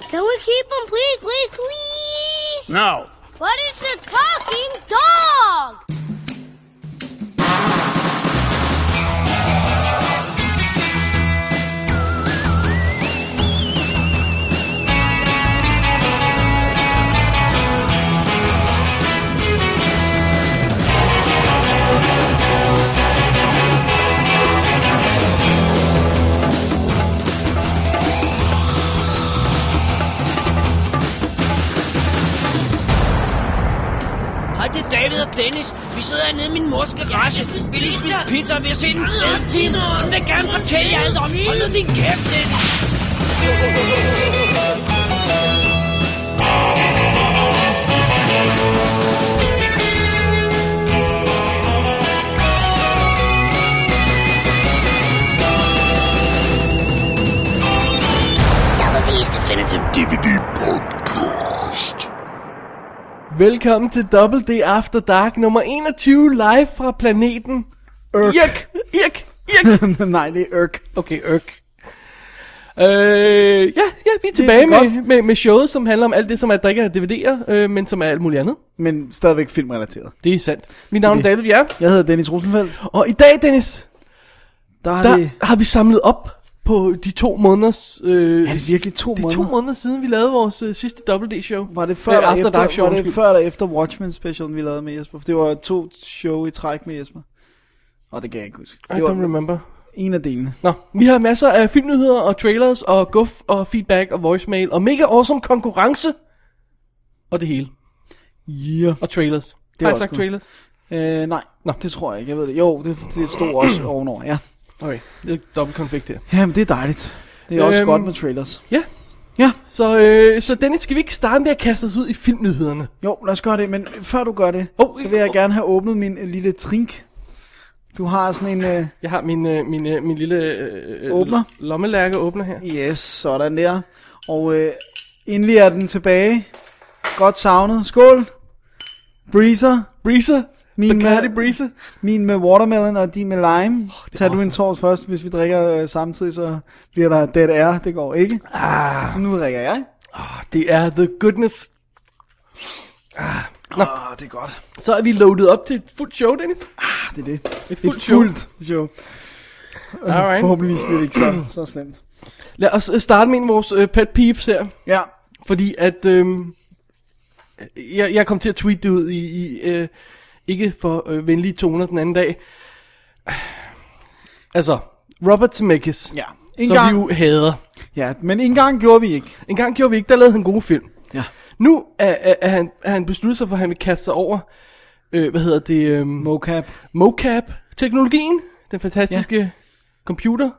Can we keep him, please, please, please? No. But it's a talking dog! Hej, det er David og Dennis. Vi sidder hernede i min mors garage. Vi lige spise pizza og vi har set en fed film. Hun vil gerne fortælle jer alt om. Hold nu din kæft, Dennis. Double D's Definitive DVD Velkommen til Double D After Dark nummer 21 live fra planeten Irk. Irk, Irk, Irk. Nej, det er Irk. Okay, Irk. Øh, ja, ja, vi er tilbage det er med, med, med showet, som handler om alt det, som er drikker og DVD'er, øh, men som er alt muligt andet. Men stadigvæk filmrelateret. Det er sandt. Mit navn er Det- David Bjerre, Jeg hedder Dennis Rosenfeldt. og i dag, Dennis, Der er der det... har vi samlet op på de to måneders... Øh, Er det virkelig to det er to måneder? måneder siden, vi lavede vores øh, sidste Double D show Var det før, Øh, eller After efter, Dark show, var det undskyld. før eller efter Watchmen specialen, vi lavede med Jesper? For det var to show i træk med Jesper. Og det kan jeg ikke huske. I Det don't var remember. en af delene. Nå, vi har masser af filmnyheder og trailers og guf og feedback og voicemail og mega awesome konkurrence og det hele. Yeah. Og trailers. Det var har jeg også sagt cool. trailers? Øh, nej, Nå. Nå. det tror jeg ikke. Jeg ved det. Jo, det, det stod også ovenover. Ja. Okay, det er dobbelt konflikt her. Jamen, det er dejligt. Det er også Øhm. øhm... godt med trailers. Så, øh, så Dennis, skal vi ikke starte med at kaste os ud i filmnyhederne? Jo, lad os gøre det. Men før du gør det, Åh, oh, så vil jeg åh. gerne... gerne have åbnet min øh, lille trink. Du har sådan en... Øh, Jeg har min, øh, min, øh, min lille øh, øh, Åbner. lommelærke åbner her. Yes, sådan der. Og øh, endelig er den tilbage. Godt savnet. Skål. Breezer. Breezer. Min øh, the Cardi mad. Breezer. Min med watermelon og din med lime. Oh, er Tag du awesome. en tors først. Hvis vi drikker øh, samtidig, så bliver der dead air. Det går ikke. Ah. Så nu drikker jeg. Ah, Det er the goodness. Åh, oh, det er godt. Så er vi loaded op til et fuldt show, Dennis. Ah, det er det. Et fuldt et show. fuldt show. Alright. Forhåbentligvis bliver det ikke så, så slemt. Lad os øh, starte med en af vores øh, pet peeves her. Ja. Fordi at øhm, jeg, jeg kom til at tweete det ud i, i øh, ikke for øh, venlige toner den anden dag. Altså, Robert Zemeckis, Ja. En som gang. vi jo hader. Ja, men en gang gjorde vi ikke. En gang gjorde vi ikke, der lavede han gode film. Ja. Nu er, er, er, han, er han besluttet sig for, at han vil kaste sig over, øh, hvad hedder det, øh, Mocap. mocap-teknologien. Den fantastiske ja. computer,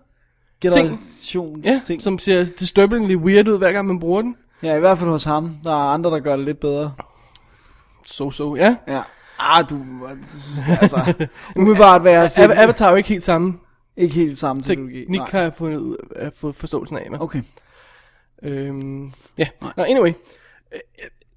Generation. ja, ting. som ser disturbingly weird ud, hver gang man bruger den. Ja, i hvert fald hos ham. Der er andre, der gør det lidt bedre. So, so, ja. Ja. Ah, du... Altså, umiddelbart hvad jeg har set. Ava- Avatar er jo ikke helt samme Ikke helt samme teknologi. teknik har Nej. jeg fundet ud af få forståelsen af. Okay. Okay. Øhm, ja, Nå, anyway. Øh,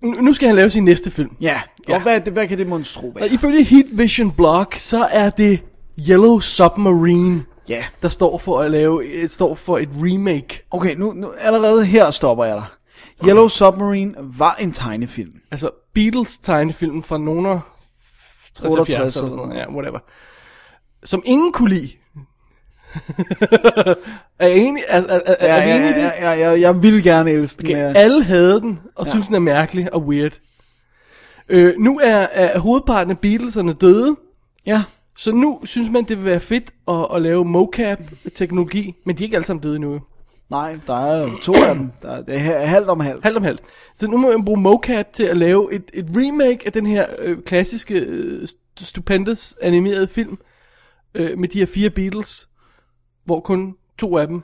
Nu nu skal han lave sin næste film. Ja. Og Ja. ja. Hvad, er det, hvad kan det monstro Og være? ifølge Heat Vision Blog, så er det Yellow Submarine, Ja. der står for at lave, øh, står for et remake. Okay, nu, nu allerede her stopper jeg dig. Yellow Submarine var en tegnefilm. Altså Beatles tegnefilm fra nogen 60 68 eller sådan eller noget. sådan Ja, whatever. Som ingen kunne lide. er jeg enig? Er, er, er, Ja, er vi ja, enige i det? ja, ja, ja, jeg vil gerne elske den. Okay, men- alle havde den, og ja. synes den er mærkelig og weird. Øh, nu er, er hovedparten af Beatleserne døde, Ja. så nu synes man, det vil være fedt at, at lave mocap-teknologi, men de er ikke alle sammen døde endnu. Nej, der er jo to af dem. Der er, det er halvt om halvt. Halvt om halvt. Så nu må man bruge mocap til at lave et, et remake af den her øh, klassiske, øh, st- stupendous animerede film, øh, med de her fire Beatles, hvor kun to af dem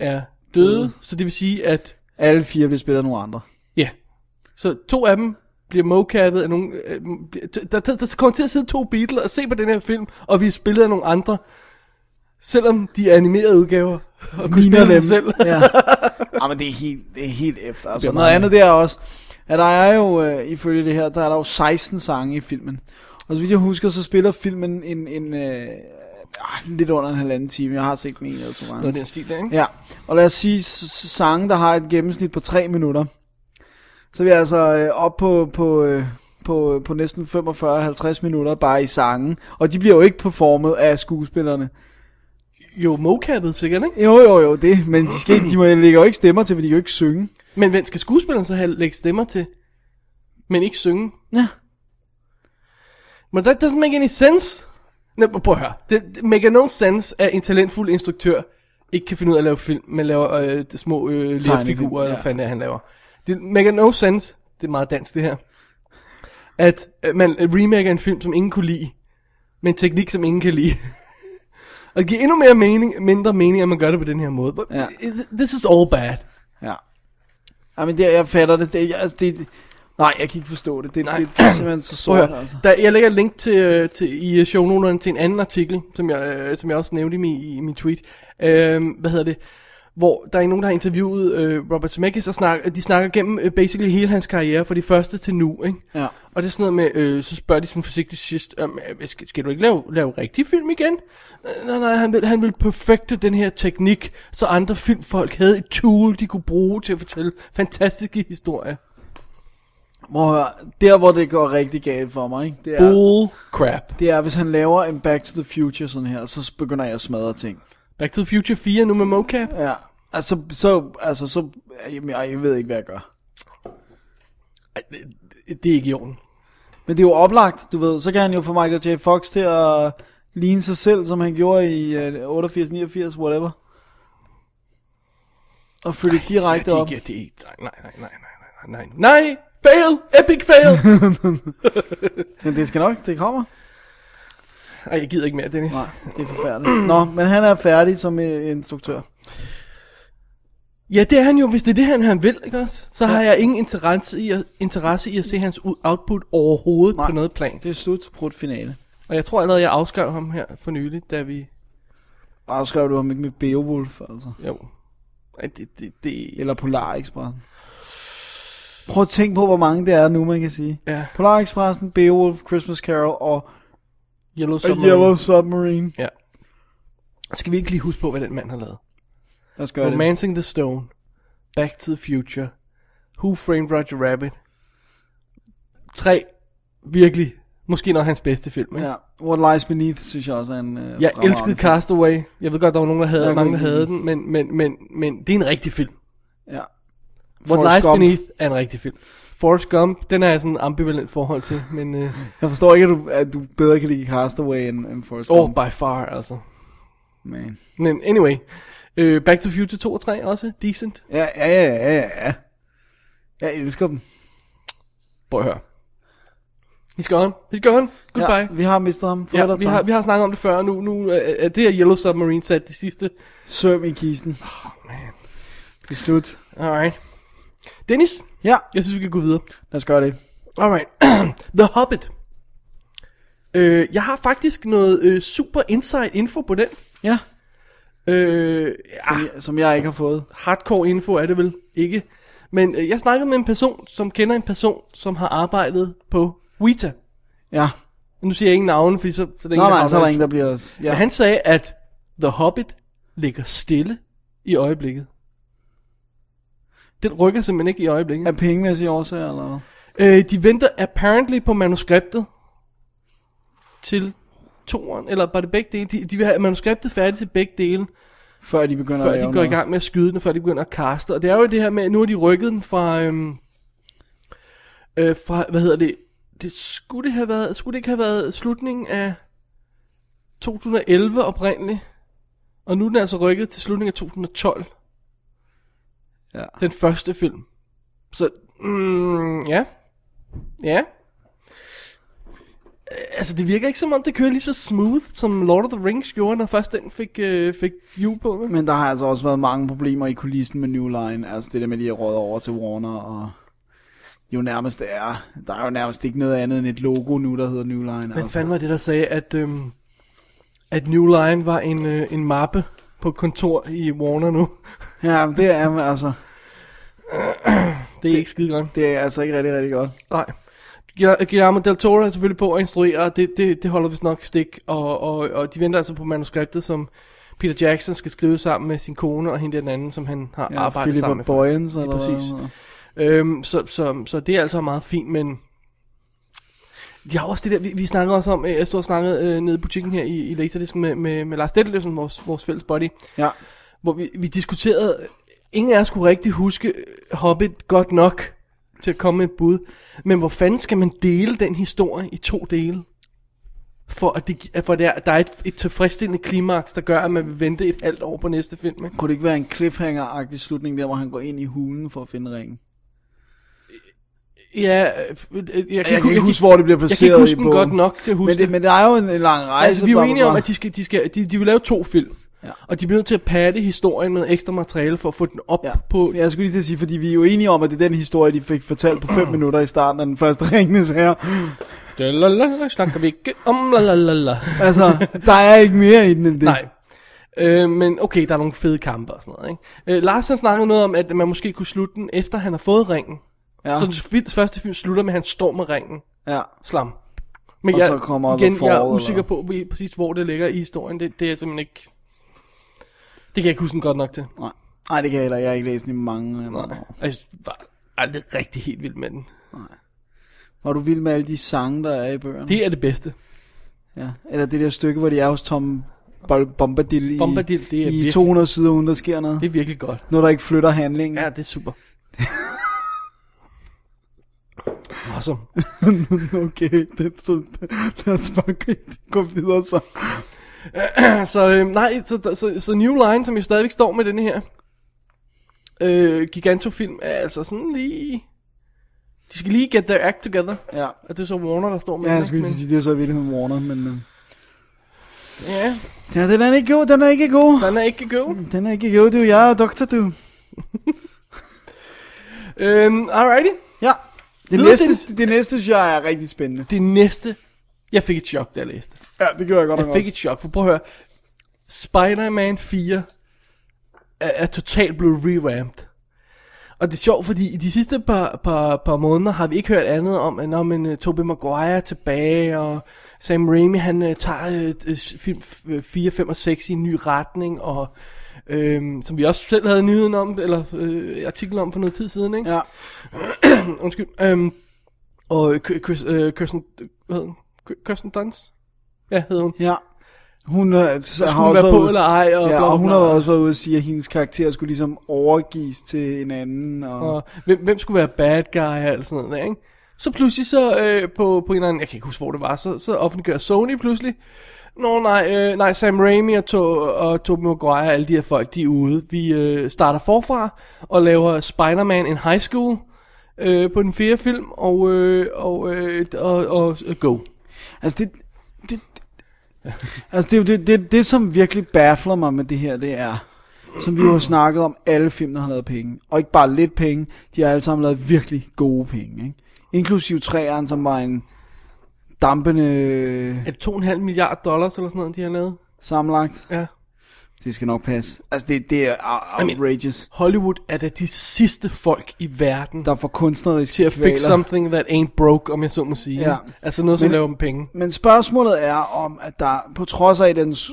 er døde, Døde. så det vil sige, at Alle fire bliver spillet af nogle andre. Ja. Så to af dem bliver mocappet af nogle... Øh, bliver- der, der, der kommer til at sidde to Beatles og se på den her film, og vi er spillet af nogle andre. Selvom de er animerede udgaver. Og kunne spille sig selv. ja. ja, Ah, men det er helt, det er helt efter. Altså, noget andet der er også, at der er jo, øh, ifølge det her, der er der jo 16 sange i filmen. Og så vidt jeg husker, så spiller filmen en, en øh, ah, lidt under en halvanden time. Jeg har set den en eller to gange. Noget af den stil der, ikke? Ja, og lad os sige s- s- sange, der har et gennemsnit på 3 minutter. Så er vi altså øh, op på, på, øh, på, på næsten 45-50 minutter bare i sangen. Og de bliver jo ikke performet af skuespillerne. Jo, mocappet sikkert, ikke? Jo, jo, jo, det. Men de, skal, ikke- de må, lægger jo ikke stemmer til, for de kan jo ikke synge. Men hvem skal skuespilleren så have lægge stemmer til? Men ikke synge? Ja. Men that doesn't make any sense. Nej, prøv at høre. Det, det maker no sense, at en talentfuld instruktør ikke kan finde ud af at lave film, men laver øh, de små øh, lille Tegnefilm, figurer, ja. ja. eller fanden det er, han laver. Det maker no sense, det er meget dansk det her, at øh, man remaker en film, som ingen kunne lide, med en teknik, som ingen kan lide. Og det giver endnu mere mening, mindre mening, at man gør det på den her måde. But Ja. This is all bad. Ja. Ej, men det, jeg fatter det. det, jeg- altså, det nej, jeg kan ikke forstå det. Det, det, Nej. det, det er simpelthen så Prøv at sort, høre. altså. Der, jeg lægger et link til, øh, til, i øh, shownoterne til en anden artikel, som jeg, øh, som jeg også nævnte i min, i min tweet. Øh, hvad hedder det? Hvor der er nogen, der har interviewet øh, Robert Zemeckis, og snak, de snakker gennem øh, basically hele hans karriere, fra de første til nu. Ikke? Ja. Og det er sådan noget med, øh, så spørger de sådan forsigtigt sidst, om, øh, skal, skal du ikke lave, lave rigtig film igen? Øh, nej, nej, han vil, han vil perfekte den her teknik, så andre filmfolk havde et tool, de kunne bruge til at fortælle fantastiske historier. Må høre, der hvor det går rigtig galt for mig, ikke? det er, Bull crap. det er, hvis han laver en Back to the Future sådan her, så begynder jeg at smadre ting. Back to the Future 4 nu med mocap. Ja, altså, så, altså, så, jamen, jeg, jeg ved ikke, hvad jeg gør. Det er ikke i orden. Men det er jo oplagt, du ved, så kan han jo få Michael J. Fox til at ligne sig selv, som han gjorde i øh, 88, 89, whatever. Og følge direkte det er op. ikke, det er ikke, nej, nej, nej, nej, nej, nej, nej, nej, fail, epic fail. Men det skal nok, det kommer. Ej, jeg gider ikke mere, Dennis. Nej, det er forfærdeligt. Nå, men han er færdig som øh, instruktør. Ja, det er han jo, hvis det er det, han, han vil, ikke også? Så har jeg ingen interesse i at, interesse i at se hans ud- output overhovedet Nej. på noget plan. Det er slut, brudt finale. Og jeg tror allerede, jeg afskrev ham her for nylig, da vi... Bare skrev du ham ikke med Beowulf, altså. Jo. Ej, det, det, det... Eller Polar Expressen. Prøv at tænke på, hvor mange det er nu, man kan sige. Ja, Polar Expressen, Beowulf, Christmas Carol og Yellow Submarine. Submarine. Yellow Submarine. Ja. Skal vi ikke lige huske på, hvad den mand har lavet? Lad os gøre det. Romancing the Stone, Back to the Future, Who Framed Roger Rabbit. Tre virkelig, måske nok hans bedste film. Ikke? Ja. What Lies Beneath, synes jeg også er en øh, Jeg fremragende elskede film. Castaway. Jeg ved godt, der var nogen, der havde, Jeg mange, der kunne havde lide den, men, men, men, men det er en rigtig film. Ja. What Forrest Lies Gump. Beneath er en rigtig film. Forrest Gump, den er jeg sådan ambivalent forhold til, men øh, Jeg forstår ikke, at du, at du bedre kan lide Castaway end, end Forrest oh, Gump. by far, altså. Man. Men anyway, øh, Back to the Future 2 og 3 også, decent. Ja, ja, ja, ja, ja, ja. Jeg elsker dem. Prøv at høre. He's gone. He's gone. Goodbye. Ja, vi har mistet ham. For Ja, vi har, vi har snakket om det før, og nu, nu er er det her Yellow Submarine sat det sidste. Søm i kisten. man. Det er slut. Alright. Dennis, Ja, jeg synes, vi kan gå videre. lad os gøre det. Alright. The Hobbit. Øh, jeg har faktisk noget øh, super insight info på den. Ja, Øh, som, ja, jeg, som jeg ikke har fået. hardcore info er det vel ikke. Men øh, jeg snakkede med en person, som kender en person, som har arbejdet på Weta. Ja, Nu siger jeg ingen navne, fordi så, så er der Nå, ingen, nej, så er der havner- ingen, der bliver os. Ja. Men han sagde, at The Hobbit ligger stille i øjeblikket. Den rykker simpelthen ikke i øjeblikket. Af pengemæssige årsager, eller hvad? Øh, de venter apparently på manuskriptet til toren, eller var det begge dele? De, de vil have manuskriptet færdigt til begge dele, Før de begynder før at lave de går i noget. gang med at skyde den, og før de begynder at kaste. Og det er jo det her med, at nu har de rykket den fra, øhm, øh, fra hvad hedder det, det skulle, det have været, skulle det ikke have været slutningen af 2011 oprindeligt, og nu er den altså rykket til slutningen af 2012, Ja. den første film. Så, mm, ja, ja. Øh, Altså, det virker ikke som om, det kører lige så smooth, som Lord of the Rings gjorde, når først den fik, øh, fik jul på. vel? Men der har altså også været mange problemer i kulissen med New Line. Altså det der med, at de har rådet over til Warner og jo nærmest er, der er jo nærmest ikke noget andet end et logo nu, der hedder New Line. Men altså. fanden var det, der sagde, at, øhm, at New Line var en, øh, en mappe på et kontor i Warner nu? Ja, men det er altså, Det er ikke skide godt. det er altså ikke rigtig, rigtig godt. Nej. Guilla- Guillermo del Toro er selvfølgelig på at instruere, og det, det, det holder vist nok stik, og, og, og de venter altså på manuskriptet, som Peter Jackson skal skrive sammen med sin kone og hende der den anden, som han har Ja, arbejdet Philippa sammen med. Boyens, eller præcis. hvad hun Øhm, så, så, så det er altså meget fint, men de har også det der, vi, vi snakkede også om, øh, jeg stod og snakkede øh, nede i butikken her i, i Laserdisken med, med, med Lars Detteløsen, vores, vores fælles buddy, hedder. Ja. hvor vi, vi diskuterede, ingen af os kunne rigtig huske øh, Hobbit godt nok til at komme med et bud, men hvor fanden skal man dele den historie i to dele? For at, det, gi- for at der, der er et, et tilfredsstillende klimaks, der gør, at man vil vente et halvt år på næste film. Ikke? Kunne det ikke være en cliffhanger-agtig slutning der, hvor han går ind i hulen for at finde ringen? Ja, øh, øh, jeg, Jeg kan ikke huske, hvor det bliver Jeg kan placeret ikke huske i den bogen. godt nok til at huske men, det, men det er jo en, en lang rejse. altså, vi er jo bla, bla, enige om, bla. at de, skal, de, skal, de, de vil lave to film. Ja. Ja. Og de bliver nødt til at patte historien med ekstra materiale for at få den op Ja. ja. på... Jeg skulle lige til at sige, fordi vi er jo enige om, at det er den historie, de fik fortalt på 5 minutter i starten af den første Ringenes her. Da, la, la, la, snakker vi ikke om... La, la, la, la. Altså, der er ikke mere i den end det. Nej. Øh, men okay, der er nogle fede kampe og sådan noget. Ikke? Øh, Lars han snakkede noget om, at man måske kunne slutte den, efter han har fået ringen. Ja, Ja. Så den fil- første film slutter med, at han står med ringen. ja. Slam. Men Og jeg, så kommer The igen, jeg er Fall, usikker eller? på hvor- præcis, hvor det ligger i historien. Det, det er jeg simpelthen ikke... Det kan jeg ikke huske den godt nok til. Nej. Nej, det kan jeg heller. ikke. Jeg har ikke læst den i mange Nej. år. Og jeg var aldrig rigtig helt vild med den. Var du vild med alle de sange, der er i bøgerne? Det er det bedste. Ja. Eller det der stykke, hvor de er hos Tom Bol- Bombadil i, Bombadil, det er i virkelig- 200 sider, uden der sker noget. Det er virkelig godt. Noget, der ikke flytter handlingen. Ja, det er super. awesome. okay, det, så, lad os bare gå videre så. Så øh, nej, så, så, så New Line, som jeg stadigvæk står med den her øh, gigantofilm, er altså sådan lige... De skal lige get their act together. Ja. Og det er så Warner, der står med Ja, den. jeg skulle ikke? lige til at sige, det er så i virkeligheden Warner, men... øh, Men- Ja, Ja, den er ikke god, den er ikke god. den er ikke god. Den er ikke god, du. Jeg er doktor, du. Øhm, alrighty. Ja. Det Lyder næste, det- det, det næste, synes jeg, er rigtig spændende. Det næste. Jeg fik et chok, da jeg læste. Ja, det gjorde jeg godt Jeg fik et chok, for prøv at høre. Spider-Man 4 er, er totalt blevet revamped. Og det er sjovt, fordi i de sidste par, par, par måneder har vi ikke hørt andet om, at når man uh, Tobey Maguire er tilbage, og Sam Raimi han uh, tager uh, film f- øh, 4, 5 og 6 i en ny retning, og øhm, som vi også selv havde nyheden om, eller øh, artiklen om for noget tid siden, ikke? Ja. Undskyld. Øhm, og øh, Chris, øh, Kirsten, hvad hedder hun? Kirsten Dunst? Ja, hedder hun. Ja. Hun øh, så Skulle har hun være også været på ude- eller ej? Og Ja, bla, og hun bla, har bla. også været ude og sige, at hendes karakter skulle ligesom overgives til en anden. Og... Og hvem, hvem skulle være bad guy og alt sådan noget der, ikke? Så pludselig så øh, på, på en eller anden, jeg kan ikke huske hvor det var, så, så offentliggør Sony pludselig, Nå nej, øh, nej Sam Raimi og, to, og Tobey Maguire og alle de her folk, de er ude. Vi øh, starter forfra og laver Spider-Man in High School øh, på den fjerde film, og, øh, og, øh, og, og, og go. Altså det, det, det- altså det, er jo det, det, det, som virkelig baffler mig med det her, det er, som vi jo har snakket om, alle film, der har lavet penge. Og ikke bare lidt penge, de har alle sammen lavet virkelig gode penge. Ikke? Inklusiv træeren, som var en dampende Er det 2,5 milliarder dollars eller sådan noget, de har lavet? sammenlagt. Ja. Det skal nok passe. Altså det, det er ou- I mean- outrageous. Hollywood er da de sidste folk i verden, der Der får kunstnerisk til at fix something that ain't broke, om jeg så må sige. Ja. Altså noget, som Men- laver dem penge. Men spørgsmålet er om, at der på trods af dens,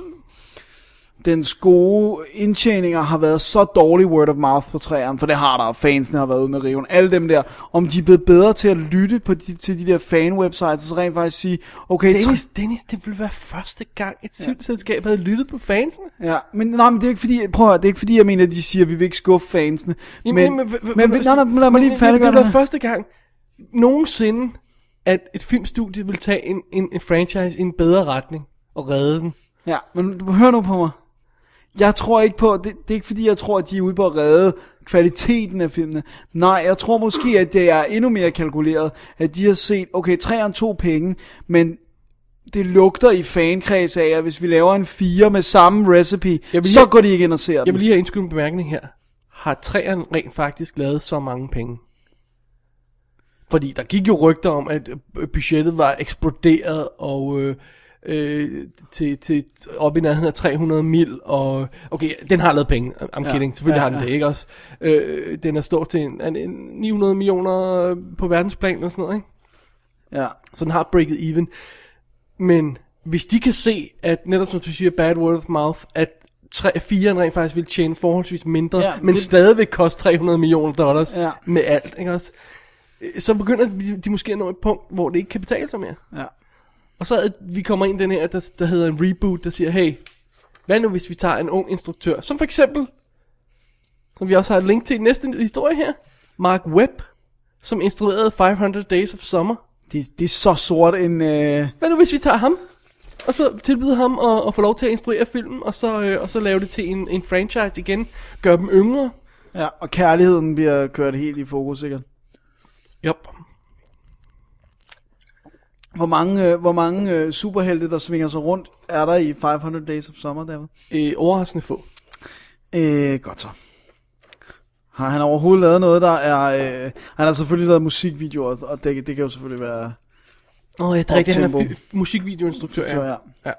dens gode indtjeninger har været så dårlig word of mouth på træerne, for det har der, og fansene har været ude med riven, alle dem der, om de er blevet bedre til at lytte på de, til de der fan-websites, og så rent faktisk sige, okay, Dennis, Dennis, det ville være første gang, et syvselskab havde lyttet på fansene. Ja, men, nej, men det er ikke fordi, prøv at høre, det er ikke fordi, jeg mener, at de siger, at vi vil ikke skuffe fansene. Jamen, men, jamen, men, hva- hva- men, hva- nej, nej, lad mig men- lige men Det færdiggøre ville det være her. første gang nogensinde, at et filmstudie ville tage en, en, en franchise i en bedre retning og redde den. Ja, men du- hør nu på mig. Jeg tror ikke på, det, det er ikke fordi, jeg tror, at de er ude på at redde kvaliteten af filmene. Nej, jeg tror måske, at det er endnu mere kalkuleret, at de har set, okay, 3'eren tog penge, men det lugter i fankreds af, at hvis vi laver en 4 med samme recipe, Jeg vil så lige- går de ikke ind og ser Jeg vil den. lige have indskudt en bemærkning her. Har træerne rent faktisk lavet så mange penge? Fordi der gik jo rygter om, at øh, budgettet var eksploderet og øh, øh, til, til op i nærheden af 300 mil. Og, okay, den har lavet penge. I'm ja. kidding. Selvfølgelig ja, har den det, ikke også? Øh, den er stort til en, en, en 900 millioner på verdensplan og sådan noget, ikke? Ja. Så den har breaket even. Men hvis de kan se, at netop som du siger, bad word of mouth, at 3, 4'eren rent faktisk vil tjene forholdsvis mindre, Ja, ja, men det- det... stadigvæk koste 300 millioner dollars Ja. ja. med alt, ikke også? Øh, Så begynder de- de måske at nå et punkt, hvor det ikke kan betale sig mere. Ja. Og så at vi kommer ind i den her, der, der hedder en reboot, der siger, hey, hvad nu hvis vi tager en ung instruktør, som for eksempel, som vi også har et link til i den næste historie her, Mark Webb, som instruerede 500 Days of Summer. Det, det er så sort en... Øh, Hvad nu hvis vi tager ham? Og så tilbyder ham at, at få lov til at instruere filmen, og så, øh, og så lave det til en, en franchise igen. Gør dem yngre. ja, og kærligheden bliver kørt helt i fokus, sikkert. Yep. Hvor mange, øh, hvor mange øh, superhelte, der svinger sig rundt, er der i 500 Days of Summer, David? Øh, overraskende få. Øh, godt så. Har han overhovedet lavet noget, der er... Øh, han har selvfølgelig lavet musikvideoer, og det, det kan jo selvfølgelig være... Åh, oh, ja, det er rigtigt. Han er Optempo. fi- musikvideoinstruktør, Så, ja. ja. ja.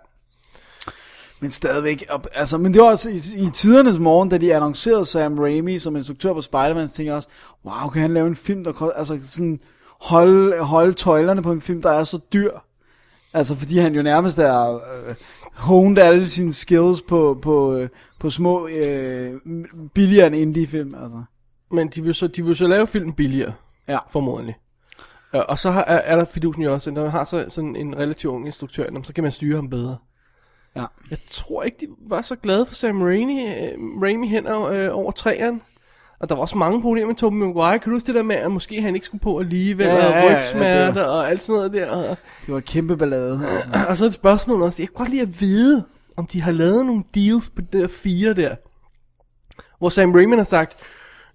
Men stadigvæk, op- altså, men det var også i, i tidernes morgen, da de annoncerede Sam Raimi som instruktør på Spider-Man, så tænkte jeg også, wow, kan han lave en film, der koster, altså sådan, holde, holde tøjlerne på en film, der er så dyr. Altså, fordi han jo nærmest er øh, honed alle sine skills på, på, øh, på små, øh, billigere end indie-film, altså. Men de vil, så, de vil så lave filmen billigere, Ja. formodentlig. Ja, og så har, er, er der fidusen jo også, at når man har så, sådan en relativt ung instruktør, jamen, så kan man styre ham bedre. Ja. Jeg tror ikke, de var så glade for Sam Raimi, øh, Raimi hen og, øh, over træerne. Og der var også mange problemer med Tobey Maguire. Kan du huske det der med, at måske han ikke skulle på alligevel, Ja, ja, ja, og ja, rygsmerter og alt sådan noget der. Og, Det var et kæmpe ballade, altså. og så et spørgsmål også. Jeg kunne godt lide at vide, om de har lavet nogle deals på det der fire der. Hvor Sam Raymond har sagt,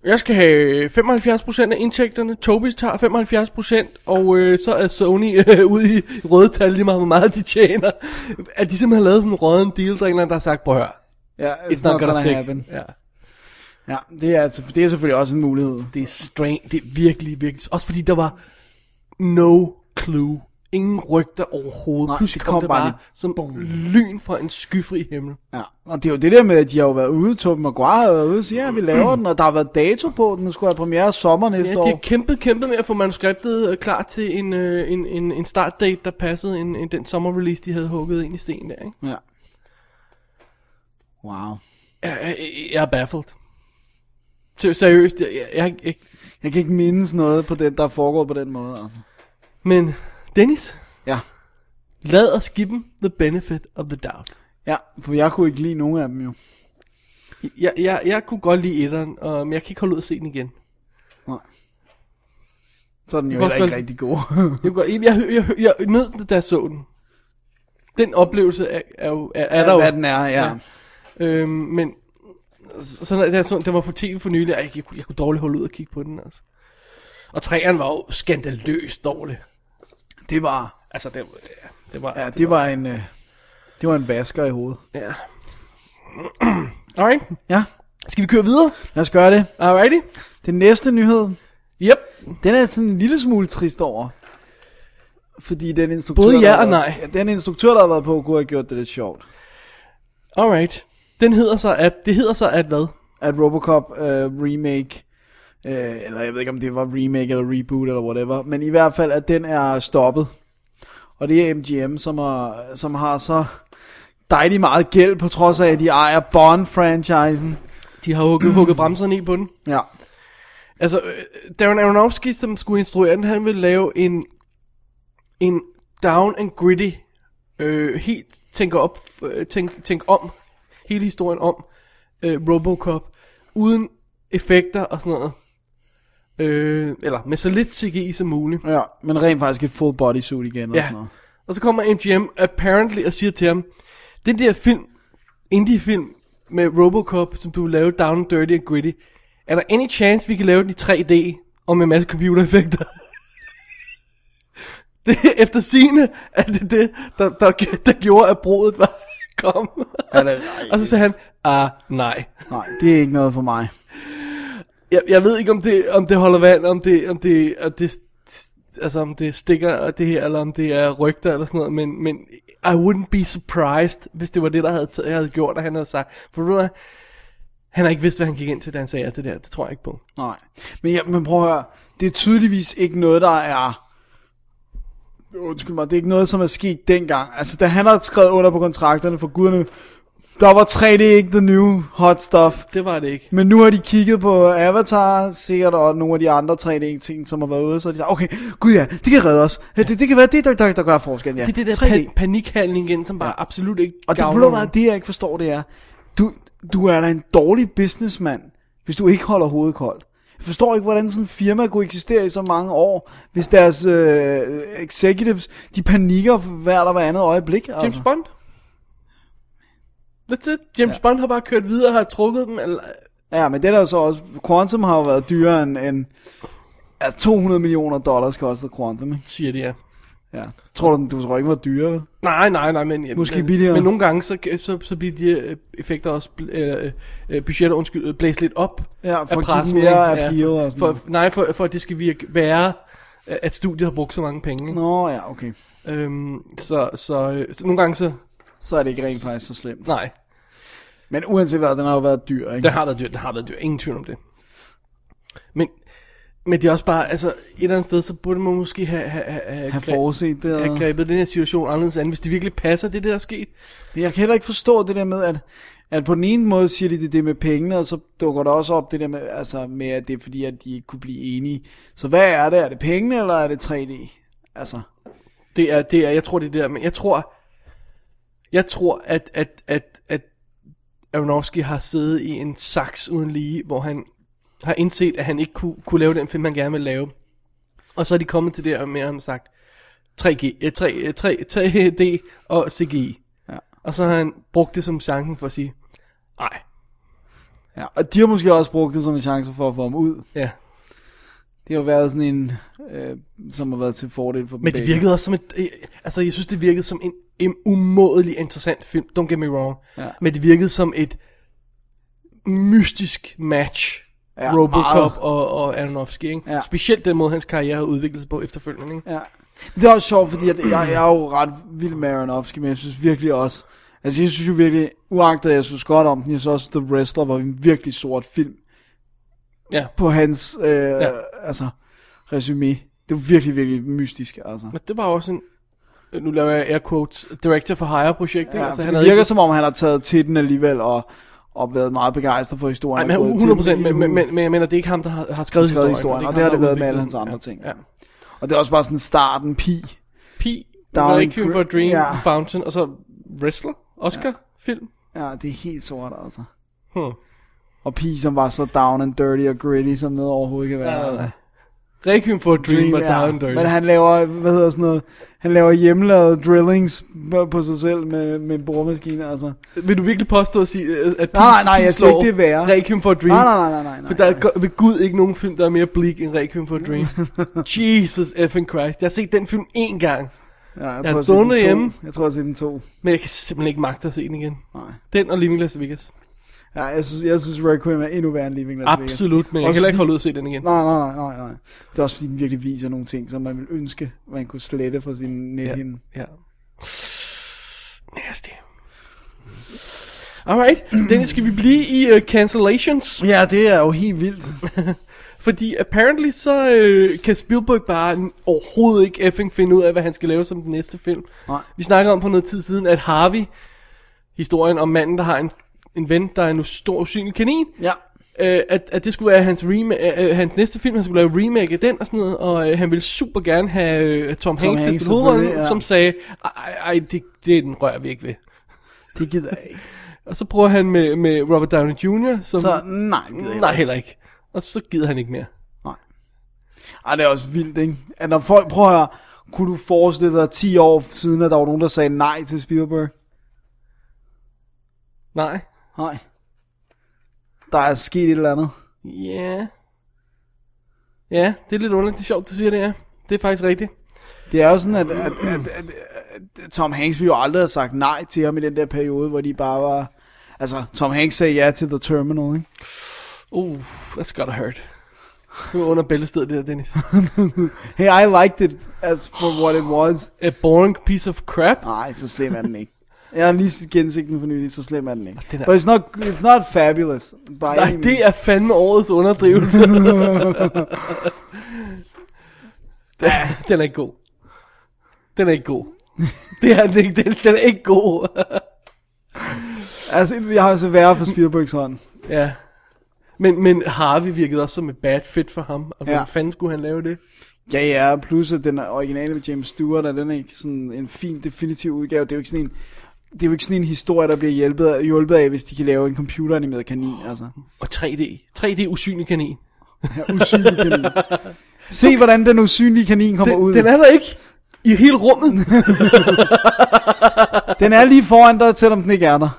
jeg skal have 75% af indtægterne, Toby tager 75%, og øh, så er Sony øh, ude i røde tal lige meget, hvor meget de tjener. At de simpelthen har lavet sådan en røden deal, der er en eller anden, der har sagt, prøv at høre, Ja, it's not gonna stick. Ja. Ja, det er, altså, det er selvfølgelig også en mulighed. Det er strange, det er virkelig, virkelig, også fordi der var no clue, ingen rygter overhovedet. Nej, Pludselig det kom, kom det bare bare som lyn fra en skyfri himmel. Ja, og det er jo det der med, at de har jo været ude, Tobey Maguire har været ude og siger, at vi laver den, og der har været dato på, den skulle have premiere sommer næste Ja, år. de har kæmpet, kæmpet med at få manuskriptet øh, klar til en, øh, en, en, en startdate, der passede en, en, den sommerrelease, de havde hugget ind i sten der, ikke? Ja. Wow. Jeg, jeg, jeg er baffled. Se- Seriøst, jeg, jeg, jeg, jeg, Jeg kan ikke mindes noget på det, der er foregået på den måde, altså. Men, Dennis, Ja. lad os give dem the benefit of the doubt. Ja, for jeg kunne ikke lide nogen af dem jo. Jeg, jeg, jeg kunne godt lide etteren, og, men jeg kan ikke holde ud at se den igen. Så er den jo Hvor heller ikke skal- rigtig god. Jeg, kunne, godt- jeg, jeg, jeg, jeg, jeg nød den, da jeg så den. Den oplevelse er, er, jo- er, er der jo. Hvad den er, ja. Ja. Øhm, men så- sådan, der, sådan, den var på tv for nylig, og jeg, jeg, kunne- jeg kunne dårligt holde ud og kigge på den. Altså. Og træerne var jo skandaløst dårlig. Det var, Altså, det, var- ja, det var... ja, det var en, øh, det var en vasker i hovedet. Ja. Alright, Ja, skal vi køre videre? lad os gøre det. Alrighty. Den næste nyhed, Yep. Den er jeg sådan en lille smule trist over. Fordi den instruktør... Både ja der har og været- nej. Ja, den instruktør, der har været på, kunne have gjort det lidt sjovt. Alright. Den hedder så, at... Det hedder så, at hvad? At Robocop øh, remake... Øh, eller jeg ved ikke, om det var remake eller reboot eller whatever. Men i hvert fald, at den er stoppet. Og det er MGM, som, er, som har så dejligt meget gæld, på trods af, at de ejer Bond-franchisen. De har hugget, hugget bremserne i på den. Ja, Altså, øh, Darren Aronofsky, som skulle instruere den, han ville lave en, en down and gritty, øh, helt tænker op, øh, tænk, tænk om, hele historien om øh, Robocop, uden effekter og sådan noget. Øh, eller med så lidt CGI som muligt. ja, men rent faktisk et full body suit igen og Ja. sådan noget. Og så kommer MGM apparently og siger til ham, den der film, indie-film med Robocop, som du lavede Down and Dirty and Gritty, er der any chance, vi kan lave den i 3D og med en masse computereffekter? det er efter sigende, at det er det, der, der, der gjorde, at brudet var kom. Er det, og så sagde han, ah, nej. nej, det er ikke noget for mig. Jeg, jeg ved ikke, om det, om det holder vand, om det, om det, om det, altså om det stikker og det her, eller om det er rygter eller sådan noget, men, men I wouldn't be surprised, hvis det var det, der havde, jeg havde gjort, og han havde sagt, for ved du hvad, han har ikke vidst, hvad han gik ind til, da han sagde ja til det her, det tror jeg ikke på. Nej. Men, ja, men prøv at høre, det er tydeligvis ikke noget, der er undskyld mig, det er ikke noget, som er sket dengang. Altså, da han har skrevet under på kontrakterne for guderne, der var 3D ikke the new hot stuff. Det var det ikke. Men nu har de kigget på Avatar, sikkert, og nogle af de andre 3D-ting, som har været ude, så har de sagt, okay, gud ja, det kan redde os. Ja. Det, det kan være det, der, der, der gør forskellen, ja. Det er det der 3D. pan- panikhandling igen, som bare ja. absolut ikke Og det gavner bliver nogen. meget det, jeg ikke forstår, det er, du, du er da en dårlig businessmand, hvis du ikke holder hovedet koldt. Jeg forstår ikke, hvordan sådan en firma kunne eksistere i så mange år, hvis deres øh, executives, de panikker hvert og hver andet øjeblik. altså. James Bond. Altså. That's it. James ja. Bond har bare kørt videre og har trukket dem. Eller, Ja, men det er der jo så også, Quantum har jo været dyrere end, end altså 200 millioner dollars kostede Quantum, ikke? siger de ja. Ja. Tror du, den- du tror ikke, den var dyrere? vel? Nej, nej, nej, men... Måske men, billigere. Men nogle gange, så, så, så bliver de øh, effekter også... bl- øh, øh, budgetter, undskyld, øh, blæst lidt op Ja, for at give pressen, mere ikke? appeal for, og sådan for, noget. Nej, for, for at det skal virke være, øh, at studiet har brugt så mange penge. Ikke? Nå ja, okay. Øhm, så, så, øh, så nogle gange så... Så er det ikke rent faktisk så slemt. Nej, Men uanset hvad, den har jo været dyr, ikke? det har været dyrt, det har været dyrt. Ingen tvivl om det. Men, men det er også bare... Altså, et eller andet sted, så burde man måske have... have, have, have Har greb- forudset det. have Og... grebet den her situation anderledes an, hvis det virkelig passer, det der er sket. Men Jeg kan heller ikke forstå det der med, at, at på den ene måde siger de det, det med pengene, og så dukker der også op det der med, altså med, at det er fordi, at de ikke kunne blive enige. Så hvad er det? Er det pengene, eller er det 3D? Altså, Det er, det er, jeg tror det er der, men jeg tror, jeg tror, at, at, at, at Aronofsky har siddet i en saks uden lige, hvor han har indset, at han ikke kunne, kunne lave den film, han gerne ville lave. Og så er de kommet til det, og med ham sagt, 3G, eh, 3, eh, 3, 3D og CGI. Ja. Og så har han brugt det som chancen for at sige, nej, ja. Og de har måske også brugt det som en chance for at få ham ud. ja. Det har jo været sådan en, øh, som har været til fordel for dem Men det begge. virkede også som et, øh, altså jeg synes, det virkede som en, en umådelig interessant film, don't get me wrong. Ja. Men det virkede som et mystisk match, Ja, ja, Robocop meget. og, og Aronofsky, ikke? Ja. Ja. Specielt den måde, hans karriere har udviklet sig på efterfølgende, ikke? Ja. Det er også sjovt, fordi at jeg, jeg er jo ret vild med Aronofsky, men jeg synes virkelig også, altså jeg synes jo virkelig, uagtet at jeg synes godt om den, jeg synes også, The Wrestler var en virkelig sort film Ja. på hans, øh, ja. Ja. altså, resume. Det var virkelig, virkelig mystisk, altså. Men det var også en, nu laver jeg air quotes, director for hire projekt, ikke? Ja, altså, altså, han det havde virker ikke- som om, han har taget til den alligevel, og, og været meget begejstret for historien. Nej, men og han- gået 100 til den men, men, lige nu. men, men jeg mener, det er ikke ham, der har, har skrevet, Skrevet historien. historien, og ikke det har ham, det der været med alle udviklet hans den. andre ting. Ja. ja. Og det er også bare sådan starten, pi. Pi, Down Down Requiem for a Dream, Ja. ja. Fountain, og så Wrestler, Oscar-film. Ja, det er helt sort, altså. Ja. Hmm. Og pi, som var så down and dirty og gritty, som noget overhovedet kan være. Ja, altså. Requiem for a Dream, var ja. Down and Dirty. Men han laver, hvad hedder sådan noget, han laver hjemmelavede drillings på- på sig selv med, med en boremaskine, altså. Vil du virkelig påstå at sige, øh, at Nej, nej, nej, jeg siger ikke, det er værre. Requiem for a Dream? Nej, nej, nej, nej, nej. nej. For der er go- ved Gud ikke nogen film, der er mere bleak end Requiem for a Dream. Jesus effing Christ. Jeg har set den film én gang, ja, jeg, er tror, jeg, stående jeg, hjemme. jeg tror, jeg har set den to. men jeg kan simpelthen ikke magte at se den igen. Nej. Den og Living Las Vegas. Ja, jeg synes, jeg synes Requiem er endnu værre end Living Las Vegas. Absolut, men jeg kan Også heller ikke fordi- holde ud at se den igen. Nej, nej, nej, nej, nej. Det er også fordi, den virkelig viser nogle ting, som man ville ønske, man kunne slette fra sin nethinde. Ja. Nasty. Alright, Dennis, skal vi blive i uh, cancellations? Ja. ja, det er jo helt vildt. Fordi apparently så øh, kan Spielberg bare n- overhovedet ikke effing finde ud af, hvad han skal lave som den næste film. Nej. Vi snakker om for noget tid siden, at Harvey, historien om manden, der har en, en ven, der er en stor usynlig kanin, Ja. øh, at, at det skulle være hans, rema- øh, øh, hans næste film, han skulle lave remake af den og sådan noget, og øh, han ville super gerne have øh, Tom, Hanks til at Hanks, spille hovedrollen, selvfølgelig, ja. som sagde, ej, ej, det, det den rører vi ikke ved. Det gider jeg ikke. Og så prøver han med, med Robert Downey Jr., som... Så nej, det gider jeg nej, heller ikke. Og så gider han ikke mere. Nej. Ej, det er også vildt, ikke? At når folk prøver at høre, kunne du forestille dig 10 år siden, at der var nogen, der sagde nej til Spielberg? Nej. Nej. Der er sket et eller andet. Ja. Ja, det er lidt underligt. Det er sjovt, du siger det, ja. Det er faktisk rigtigt. Det er jo sådan, at, at, at, at, at Tom Hanks ville jo aldrig have sagt nej til ham i den der periode, hvor de bare var... Altså, Tom Hanks sagde ja til The Terminal, ikke? Uh, that's gotta hurt. Du er under bæltestedet der, Dennis. Hey, I liked it as for what it was. A boring piece of crap. Nej, så slem er den ikke. Jeg har lige genset den for nylig, så slem er den ikke. Den er- But it's not, it's not fabulous. by Nej, any means. det er fandme årets underdrivelse. den, den er ikke god. Den er ikke god. det er den ikke. Den, den er ikke god. Altså, jeg har så værre for Spielbergs hånd. ja. Men, men Harvey virkede også som et bad fit for ham. Altså, Ja. ja. hvor fanden skulle han lave det? Ja, ja, plus at den originale med James Stewart, er den er ikke sådan en fin, definitiv udgave. Det er jo ikke sådan en, det er jo ikke sådan en historie, der bliver hjulpet af, hjulpet af hvis de kan lave en computeranimeret kanin, altså. Og 3D. 3D usynlig kanin. Ja, usynlig kanin. Se, hvordan den usynlige kanin kommer Den, ud. den er der ikke. I hele rummet. den er lige foran dig, selvom den ikke er der.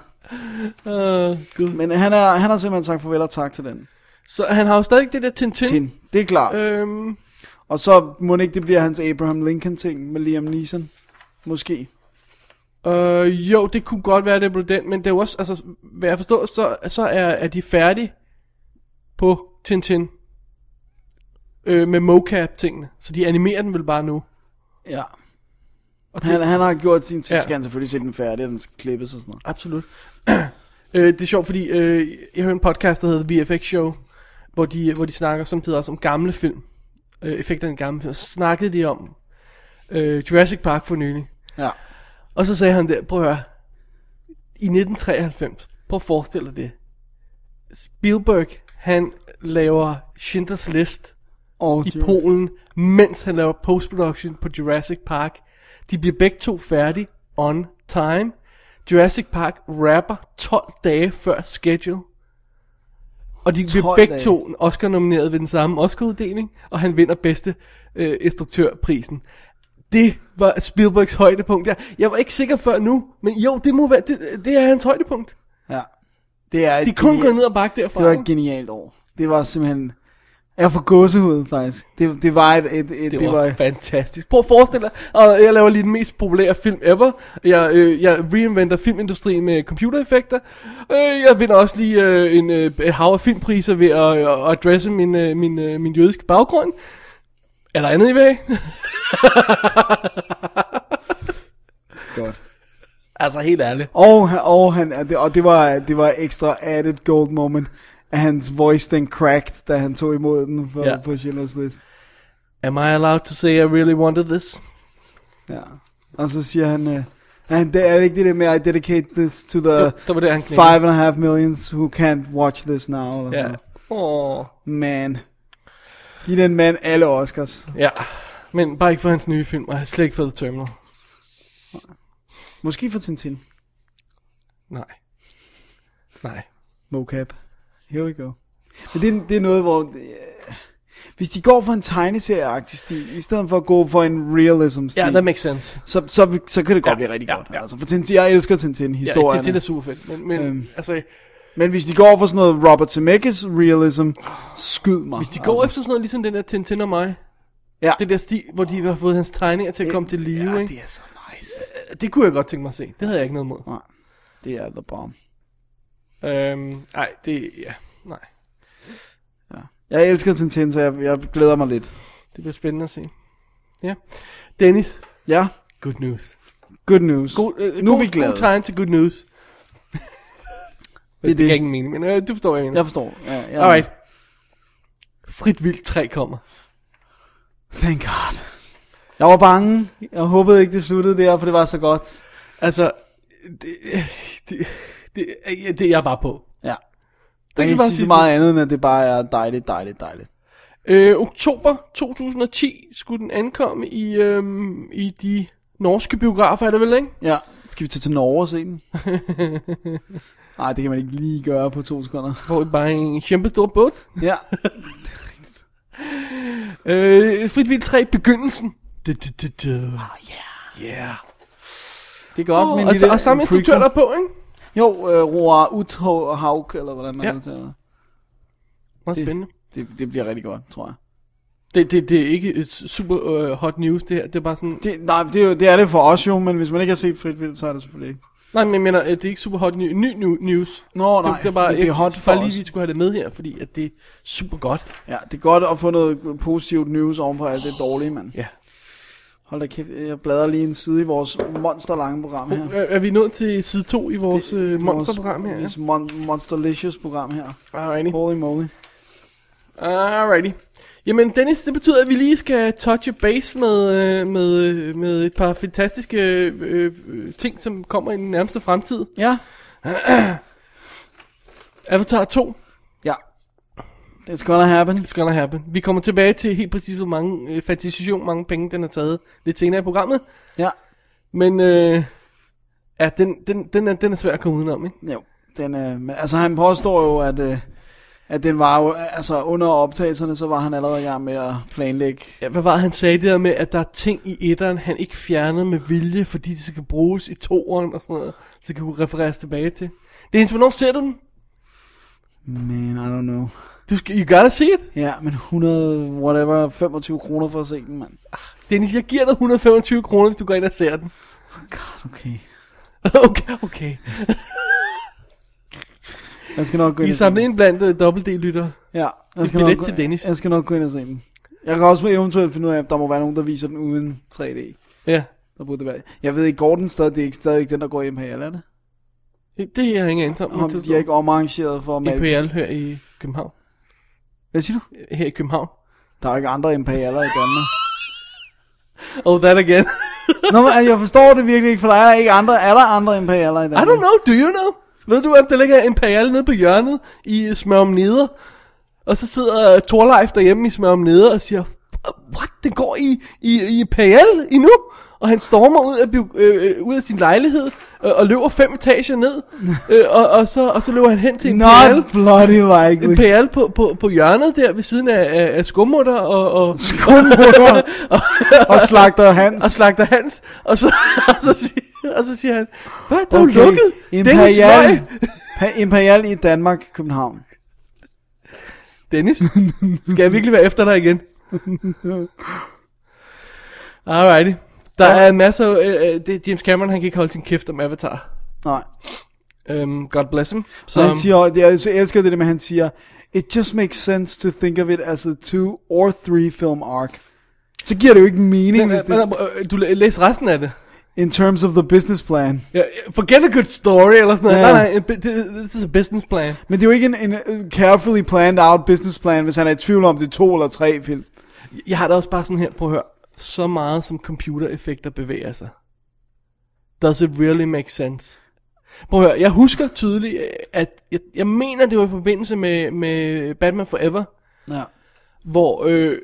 uh, Gud. Men øh, han, er, han har simpelthen sagt farvel og tak til den. Så han har jo stadig det der Tintin. Tin, det er klart. Øhm, Og så må det ikke, det bliver hans Abraham Lincoln-ting med Liam Neeson. Måske. øh, jo, det kunne godt være, det blev den, men det er jo også, altså, hvad jeg forstår, så, så er, er de færdige på Tintin øh, med mocap-tingene, så de animerer den vel bare nu. Ja. Og det, Han, han har gjort sin tid, ja. Ja. skal han selvfølgelig se den færdig, og den skal klippes og sådan noget. Absolut. øh, det er sjovt, fordi øh, jeg hørte en podcast, der hedder VFX Show, hvor de, hvor de snakker samtidig også om gamle film. Øh, effekterne af gamle film. Og så snakkede de om øh, Jurassic Park for nylig. Ja. Og så sagde han der, prøv at høre. I 1993, prøv at forestille dig det. Spielberg, han laver Schindlers List Og i Polen, mens han laver postproduktion på Jurassic Park. De bliver begge to færdige on time. Jurassic Park rapper 12 dage før schedule. Og de 12 bliver begge dage. to Oscar-nomineret ved den samme Oscar-uddeling, og han vinder bedste øh, instruktørprisen. Det var Spielbergs højdepunkt. Jeg, jeg var ikke sikker før nu, men jo, det må være, det, det er hans højdepunkt. Ja. Det er, et De kunne gå genialt- ned og bakke derfra. Det var et genialt år. Det var simpelthen... Jeg får gåsehud, faktisk. Det, det var et... et, et Det, det var, var fantastisk. Prøv at forestille dig, og jeg laver lige den mest populære film ever. Jeg, øh, jeg reinventer filmindustrien med computereffekter. Øh, jeg vinder også lige øh, en øh, et hav af filmpriser ved at, øh, at dresse min, øh, min, øh, min jødiske baggrund. Er der andet i væg? godt. altså helt ærligt. Og, han- og, han, og, det, og det, var, det var ekstra added gold moment, at hans voice den cracked, da han tog imod den for, ja. Ja. på Schindlers List. Am I allowed to say I really wanted this? Ja. Og så siger han... Uh, and det er det ikke det der med, I dedicate this to the Jo, der var det, han knækkede. five and a half millions who can't watch this now. Eller Ja. yeah. Åh. Man. Giv den mand alle Oscars. Ja. Men bare ikke for hans nye film, og jeg har slet ikke for The Terminal. Måske for Tintin. Nej. Nej. Mocap. Here we go. Men det, er- det er noget, hvor... øh, Hvis de går for en tegneserieagtig stil, i stedet for at gå for en realism stil, Ja, yeah, ja, that makes sense. så, så, så kan det godt ja, Ja, blive rigtig ja, ja, godt. Ja. ja. Altså, for Tintin, jeg elsker Tintin-historierne. Ja, Tintin er super fedt, men, men Øhm. øhm. altså, Men hvis de går for sådan noget Robert Zemeckis realism, skyd mig. Altså. Hvis de går efter sådan noget, ligesom den der Tintin og mig. Ja. Det der sti, hvor de har fået hans tegninger til at komme til live, ja, ikke? det er så nice. Det... det kunne jeg godt tænke mig at se. Det havde jeg ikke noget imod. Nej, det er the bomb. Øhm, nej, det, ja, nej. Jeg elsker Tintin, så jeg, jeg glæder mig lidt. Det bliver spændende at se. Ja. Dennis, Ja, good news. good news. God, øh, nu er god, vi glade. God time to good news. det er Det er det. ikke en mening, men øh, du forstår, hvad jeg mener. Jeg forstår. Ja, jeg, Alright. Frit Vildt 3 kommer. Thank God. Jeg var bange. Jeg håbede ikke, det sluttede der, for det var så godt. Altså, det, det, det, ja, det er jeg bare på. Ja. kan Jeg kan bare ikke sige så sige- meget andet, end at det bare er dejligt, dejligt, dejligt. Øh, oktober 2010 skulle den ankomme i, øhm, i de norske biografer, er det vel, ikke? Ja. Skal vi tage til Norge og se den? Nej, det kan man ikke lige gøre på to sekunder. Hvor vi bare en kæmpe stor båd. Ja. Øh, Frit Vildt 3, begyndelsen. Du, du, du, du. Oh, yeah. Yeah. Det er godt, Oh, men... og, lige så, lidt og samme en instruktør der prequel. på, ikke? Jo, øh, Roar Uthaug, eller hvordan man Ja. ja. det. Meget Det- spændende. det. Det bliver rigtig godt, tror jeg. Det, det, det er ikke et super øh, hot news, det her. Det er bare sådan... Det, nej, det er, jo, det er det for os jo, men hvis man ikke har set Frit Vildt, så er det selvfølgelig ikke. Nej, men jeg mener, øh, det er ikke super hot ny, ny nu- news. Nå, det, nej, det er bare, det, det er hot jeg, for bare lige, os. vi skulle have det med her, fordi at det er super godt. Ja, det er godt at få noget positivt news oven på alt det dårlige, mand. Ja. Hold da kæft, jeg bladrer lige en side i vores monsterlange program her. Er, er vi nået til side 2 i vores det, øh, monsterprogram her? Ah, Ja? Vores mon- monsterlicious program her. Alrighty. Holy moly. Alrighty. Jamen Dennis, det betyder, at vi lige skal touche base med, øh, med, øh, med et par fantastiske øh, øh, ting, som kommer i den nærmeste fremtid. Ja. Avatar 2, Ja. It's gonna happen. it's gonna happen. Vi kommer tilbage til helt præcis, hvor mange øh, fantasisation, mange penge den har taget lidt senere i programmet. Ja. Men øh, ja, den, den, den, er, den er svær at komme udenom, ikke? Jo, den, øh, men, altså han påstår jo, at, øh, at den var jo, altså under optagelserne, så var han allerede i gang med at planlægge. Ja, hvad var det, han sagde det der med, at der er ting i etteren, han ikke fjernede med vilje, fordi det skal bruges i toeren og sådan noget, så kan kunne refereres tilbage til. Det er hvornår ser du den? Man, I don't know. Du skal, you gotta see it. Ja, men 100, whatever, 25 kroner for at se den, mand. Dennis, jeg giver dig 125 kroner, hvis du går ind og ser den. Okay. okay, okay. Jeg skal nok gå ind Vi og er se den. samlet ind blandt uh, dobbelt D-lyttere. Ja, jeg En skal, nok, billet gå- til Dennis. jeg skal nok gå ind og se den. Jeg kan også eventuelt finde ud af, at der må være nogen, der viser den uden 3D. Ja, Der burde det være. Jeg ved ikke, Gordon stadig, det er ikke stadig ikke den, der går hjem her, er det? det er jeg ikke ansom Om, om. de er ikke omarrangeret for at male. Imperial her i København. Hvad siger du? Her i København. Der er ikke andre imperialer i Danmark. Oh, that again. Nå, men altså, jeg forstår det virkelig ikke, for der er ikke andre, er der andre imperialer i I Danmark? don't know, do you know? Ved du, at der ligger Imperial nede på hjørnet i Smørum Neder? Og så sidder uh, Torleif derhjemme i Smørum Neder og siger, what, den går i, i, i Imperial endnu? Og han stormer ud af, bio, øh, øh, ud af sin lejlighed øh, og løber fem etager ned. øh, og, og, så, og så løber han hen til Imperial. Not bloody likely. PL på, på, på hjørnet der ved siden af, af, af skummutter og, og, Skumrutter og slagter Hans. og slagter Hans, og så, og så, siger, og så siger han, hvad, der er okay. Okay, lukket, Dennis Imperial, Røg. Pa- imperial i Danmark, København. Dennis, skal jeg virkelig være efter dig igen? Alrighty. Der Ja. er masser af, øh, øh, det er James Cameron, han kan ikke holde sin kæft om Avatar. Nej. Um, God bless him. Så han siger, og det, jeg elsker det der med, at han siger, it just makes sense to think of it as a two or three film arc. Så giver det jo ikke mening, Men, hvis øh, det, øh, øh, du læ- læs resten af det. in terms of the business plan. Ja, Forget a good story eller sådan noget. Ja. Nej, nej, øh, bi- det- this is a business plan. Men det er jo ikke en, en øh, carefully planned out business plan, hvis han er i tvivl om, det er to eller tre film. Jeg har da også bare sådan her, på at høre, så meget som computereffekter bevæger sig. Does it really make sense? Prøv at høre, jeg husker tydeligt, at jeg, jeg mener, det var i forbindelse med, med Batman Forever, Ja. hvor øh,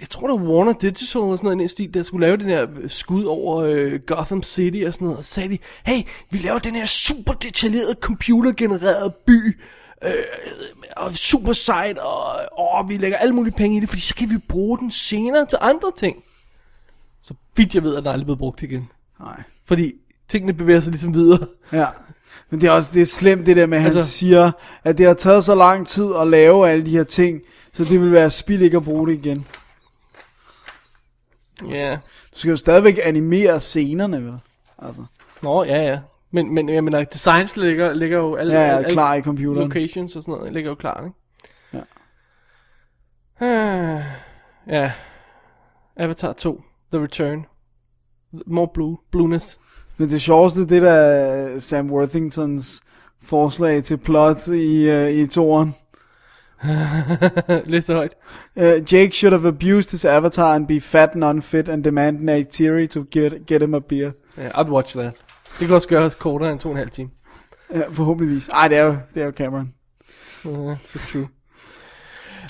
jeg tror, der var Warner Digital og sådan noget, i den stil, der skulle lave den her skud over øh, Gotham City og sådan noget, og så sagde de, hey, vi laver den her super detaljerede computergenererede by, øh, og super sejt, og, og vi lægger alle mulige penge i det, fordi så kan vi bruge den senere til andre ting. Så vidt jeg ved, at den aldrig blevet brugt igen. Nej. Fordi tingene bevæger sig ligesom videre. Ja. Men det er også det er slemt det der med, at han Altså- siger, at det har taget så lang tid at lave alle de her ting, så det vil være spild ikke at bruge det igen. Ja. Yeah. Du skal jo stadigvæk animere scenerne, vel? Altså, Nå, ja, ja. Men, men jeg mener, designs ligger, ligger jo alle, ja, alle, ja, klar i computeren. Øh, Okay. locations og sådan noget, ligger jo klar, ikke? Ja. Ah, ja. Avatar 2, The Return. More blue, blueness. Men det sjoveste, det der er Sam Worthingtons forslag til plot i, uh, i toren. Lidt så højt. Uh, Jake should have abused his avatar and be fat and unfit and demand Neytiri to get, get him a beer. Yeah, I'd watch that. Det kan også gøres kortere end to og en halv time. Uh, forhåbentligvis. Ej, det er jo, det er jo Cameron. Uh, it's true.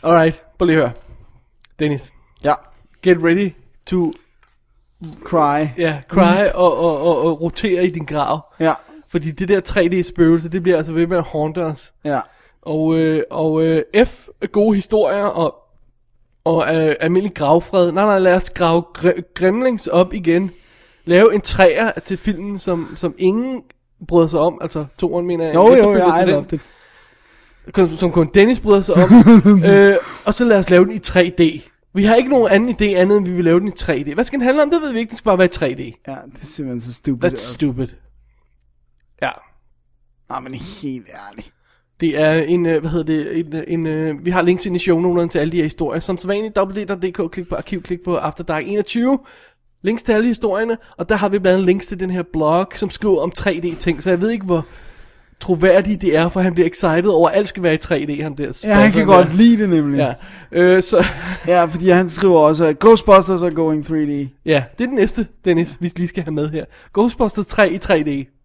Alright, prøv lige at høre. Dennis, Ja. get ready to Cry. yeah, cry og, og, og, og rotere i din grav. Ja. Fordi det der 3D-spøgelse, det bliver altså ved med at haunte os. Ja. Og, øh, og øh, F, gode historier og, og øh, almindelig gravfred. Nej, nej, lad os grave gr- Gremlings op igen. Lave en træer til filmen, som, som ingen bryder sig om. Altså, toren mener jeg. Jo, en jo, efterfølger ja, til I den, loved it. kun- Som kun Dennis bryder sig om. øh, og så lad os lave den i 3D. Vi har ikke nogen anden idé andet, end vi vil lave den i 3D. Hvad skal den handle om? Det ved vi ikke. Den skal bare være i 3D. Ja, det er simpelthen så stupid. That's stupid. Ja, Nej, men helt ærligt. Det er en, øh, hvad hedder det, en, øh, en, øh, vi har links ind i shownoterne til alle de her historier. Som så vanligt, www.dk, klik på arkiv, klik på After Dark 21. Links til alle historierne, og der har vi blandt andet links til den her blog, som skriver om 3D-ting, så jeg ved ikke, hvor troværdige de er, for han bliver excited over, at alt skal være i 3D, ham der. Ja, han kan der. godt lide det nemlig. Ja. Øh, så, ja, fordi han skriver også, at Ghostbusters are going 3D. ja, det er den næste, Dennis, vi lige skal have med her. Ghostbusters 3 i 3D.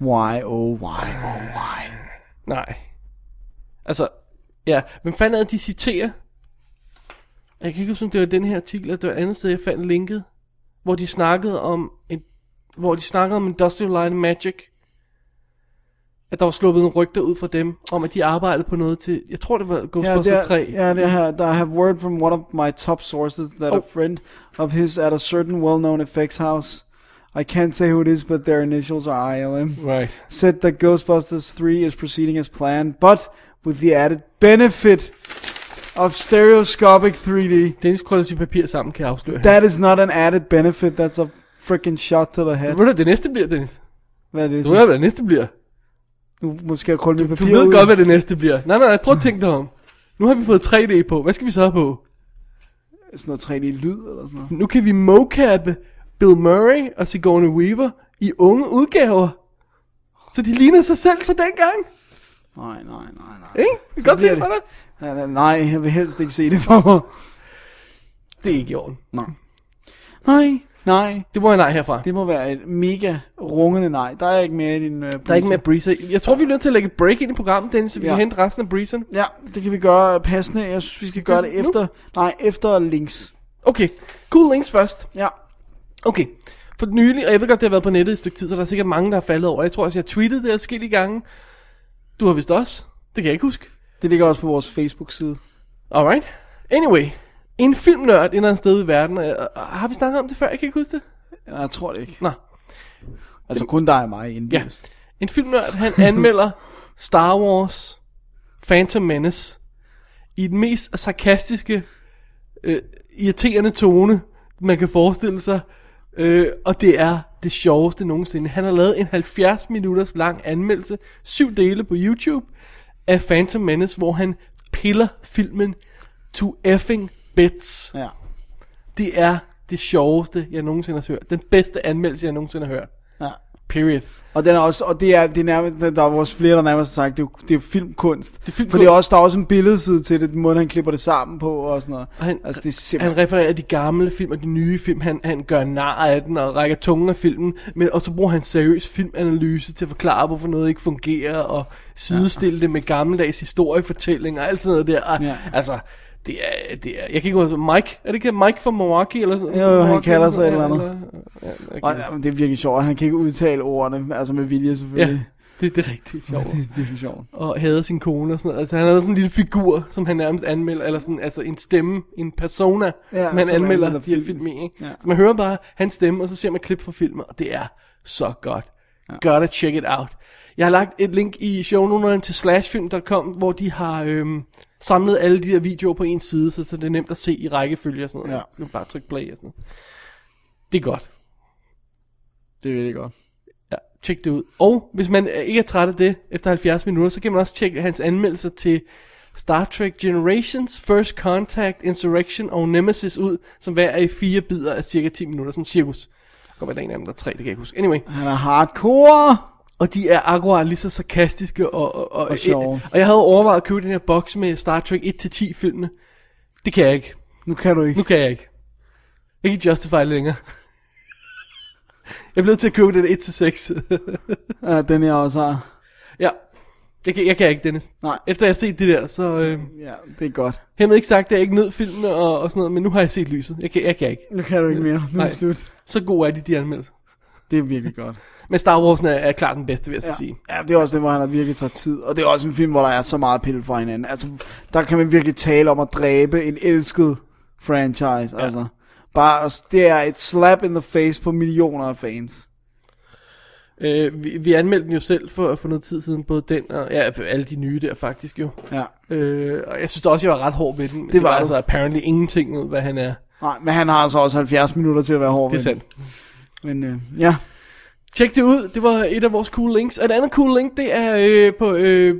Why, oh, why, oh, why. Nej. Altså, ja, men fanden er det, de citerer? Jeg kan ikke huske, om det var den her artikel, eller det var et andet sted, jeg fandt linket, hvor de snakkede om en, hvor de snakkede om Industrial Light and Magic, at der var sluppet en rygter ud fra dem, om at de arbejdede på noget til, jeg tror det var Ja, Ghostbusters det er, 3. ja, det her, der I have word from one of my top sources that a Oh. friend of his at a certain well-known effects house, I can't say who it is, but their initials are ILM, Right. said that Ghostbusters 3 is proceeding as planned, but with the added benefit of stereoscopic 3D. Dennis krøller sit papir sammen, kan jeg afsløre. Da- That is not an added benefit, that's a freaking shot to the head. ved du, hvad det næste bliver, Dennis? Hvad er det? Du ved, hvad det næste bliver. Nu måske jeg krølle mit Du papir ved ud. godt, hvad det næste bliver. Nej, nej, nej, prøv at tænke dig om. Nu har vi fået 3D på. Hvad skal vi så have på? Sådan noget 3D-lyd eller sådan noget. Nu kan vi mocappe Bill Murray og Sigourney Weaver i unge udgaver. Så de ligner sig selv fra dengang. Nej, nej, nej, nej. Ikke? Du kan godt se bliver det for dig. Nej, nej, Nej, jeg vil helst ikke se det for mig. Det er ikke i orden. Nej. Nej, nej. Det må jeg nej herfra. Det må være et mega rungende nej. Der er ikke mere i din... Øh, Der er ikke mere breezer. Jeg tror, vi er nødt til at lægge et break ind i programmet, Dennis, så vi Ja. ja. kan hente resten af breezeren. Ja, det kan vi gøre passende. Jeg synes, vi skal gøre det Nu? efter... Nej, efter links. Okay, cool links først. Ja. Okay, for nylig, og jeg ved godt, det har været på nettet i et stykke tid, så der er sikkert mange, der er faldet over. Jeg tror også, jeg har tweetet det forskellige gange. Du har vist også. Det kan jeg ikke huske. Det ligger også på vores Facebook-side. Alright. Anyway, en filmnørd et eller andet sted i verden. og- og- og Har vi snakket om det før? Jeg kan ikke huske det. Nej, jeg tror det ikke. Nå, Altså kun dig og mig ja. indbygges. En filmnørd, han anmelder Star Wars Phantom Menace i den mest sarkastiske, øh, irriterende tone, man kan forestille sig. Øh, og det er det sjoveste nogensinde. Han har lavet en 70 minutters lang anmeldelse, syv dele på YouTube, af Phantom Menace, hvor han piller filmen to effing bits. Ja. Det er det sjoveste, jeg nogensinde har hørt. Den bedste anmeldelse, jeg nogensinde har hørt. ja. Period. Og, den er også, og det er, det er nærmest, der er vores flere, der nærmest har sagt, det er, jo- det er filmkunst. Det er filmkunst. For det er også, der er også en billedside til det, den måde, han klipper det sammen på og sådan noget. Og han, altså, det er han simpelthen... refererer de gamle film og de nye film. Han, han gør nar af den og rækker tungen af filmen. Men, og så bruger han seriøs filmanalyse til at forklare, hvorfor noget ikke fungerer. Og sidestille ja. det med gammeldags historiefortælling og alt sådan noget der. Og, Ja. ja. Altså, det er, det er, jeg kan ikke huske, Mike, er det ikke Mike fra Milwaukee eller sådan Jo, han Milwaukee, kalder sig et eller andet. ja, jeg kan Og, ikke ja, huske. men det er virkelig sjovt. Han kan ikke udtale ordene, altså med vilje ja, selvfølgelig. det, det er rigtig sjovt. Det er virkelig sjovt. og hader sin kone og sådan noget. Altså, han havde sådan en lille figur, som han nærmest anmelder, eller sådan, altså en stemme, en persona, Ja, ja, som han som anmelder anmelder de her film. film i. Ikke? Ja. Ja. Så man hører bare hans stemme, og så ser man klip fra filmen, og det er så godt. Ja. Gotta check it out. Jeg har lagt et link i shownoterne til slashfilm.com, hvor de har øhm, samlet alle de der videoer på en side, så, så det er nemt at se i rækkefølge og sådan noget. Ja. Ja. Så kan man bare trykke play og sådan noget. Det er godt. Det er virkelig godt. Ja, tjek det ud. Og hvis man øh, ikke er træt af det efter 70 minutter, så kan man også tjekke hans anmeldelser til Star Trek Generations, First Contact, Insurrection og Nemesis ud, som hver er i fire bidder af cirka 10 minutter, sådan cirkus. Der kommer der en af dem, der er tre, det kan jeg ikke huske. Anyway, Han er hardcore. og de er akkurat lige så sarkastiske og... Og, og, Og sjove. og jeg havde overvejet at købe den her boks med Star Trek 1-10 filmene. Det kan jeg ikke. Nu kan du ikke. Nu kan jeg ikke. Jeg kan ikke justify det længere. jeg blev til at købe den 1-6. Ja, den jeg også har. Ja. Jeg kan, jeg kan ikke, Dennis. Nej. Efter jeg har set det der, så... Øh, Ja, det er godt. hermed ikke sagt, at jeg ikke nød filmene og, og sådan noget, men nu har jeg set lyset. Jeg kan, jeg kan ikke. Nu kan du ikke mere. Nu er Nej. det slut. Så gode er de, de anmeldelser. Det er virkelig godt. Men Star Wars er, er klart den bedste, vil jeg så Ja. ja. sige. ja, det er også det, hvor han har virkelig taget tid. Og det er også en film, hvor der er så meget pille fra hinanden. Altså, der kan man virkelig tale om at dræbe en elsket franchise. Ja. Altså, bare, at- det er et slap in the face på millioner af fans. Øh, vi, vi anmeldte den jo selv for, for noget tid siden, både den og ja, for alle de nye der faktisk jo. Ja. Øh, og jeg synes også, jeg var ret hård ved den. men Det var du. altså apparently ingenting mod, hvad han er. Nej, men han har altså også 70 minutter til at være hård Det er ved den. sandt. Men øh, ja, Tjek det ud, det var et af vores cool links. Og et andet cool link, det er øh, på... Øh,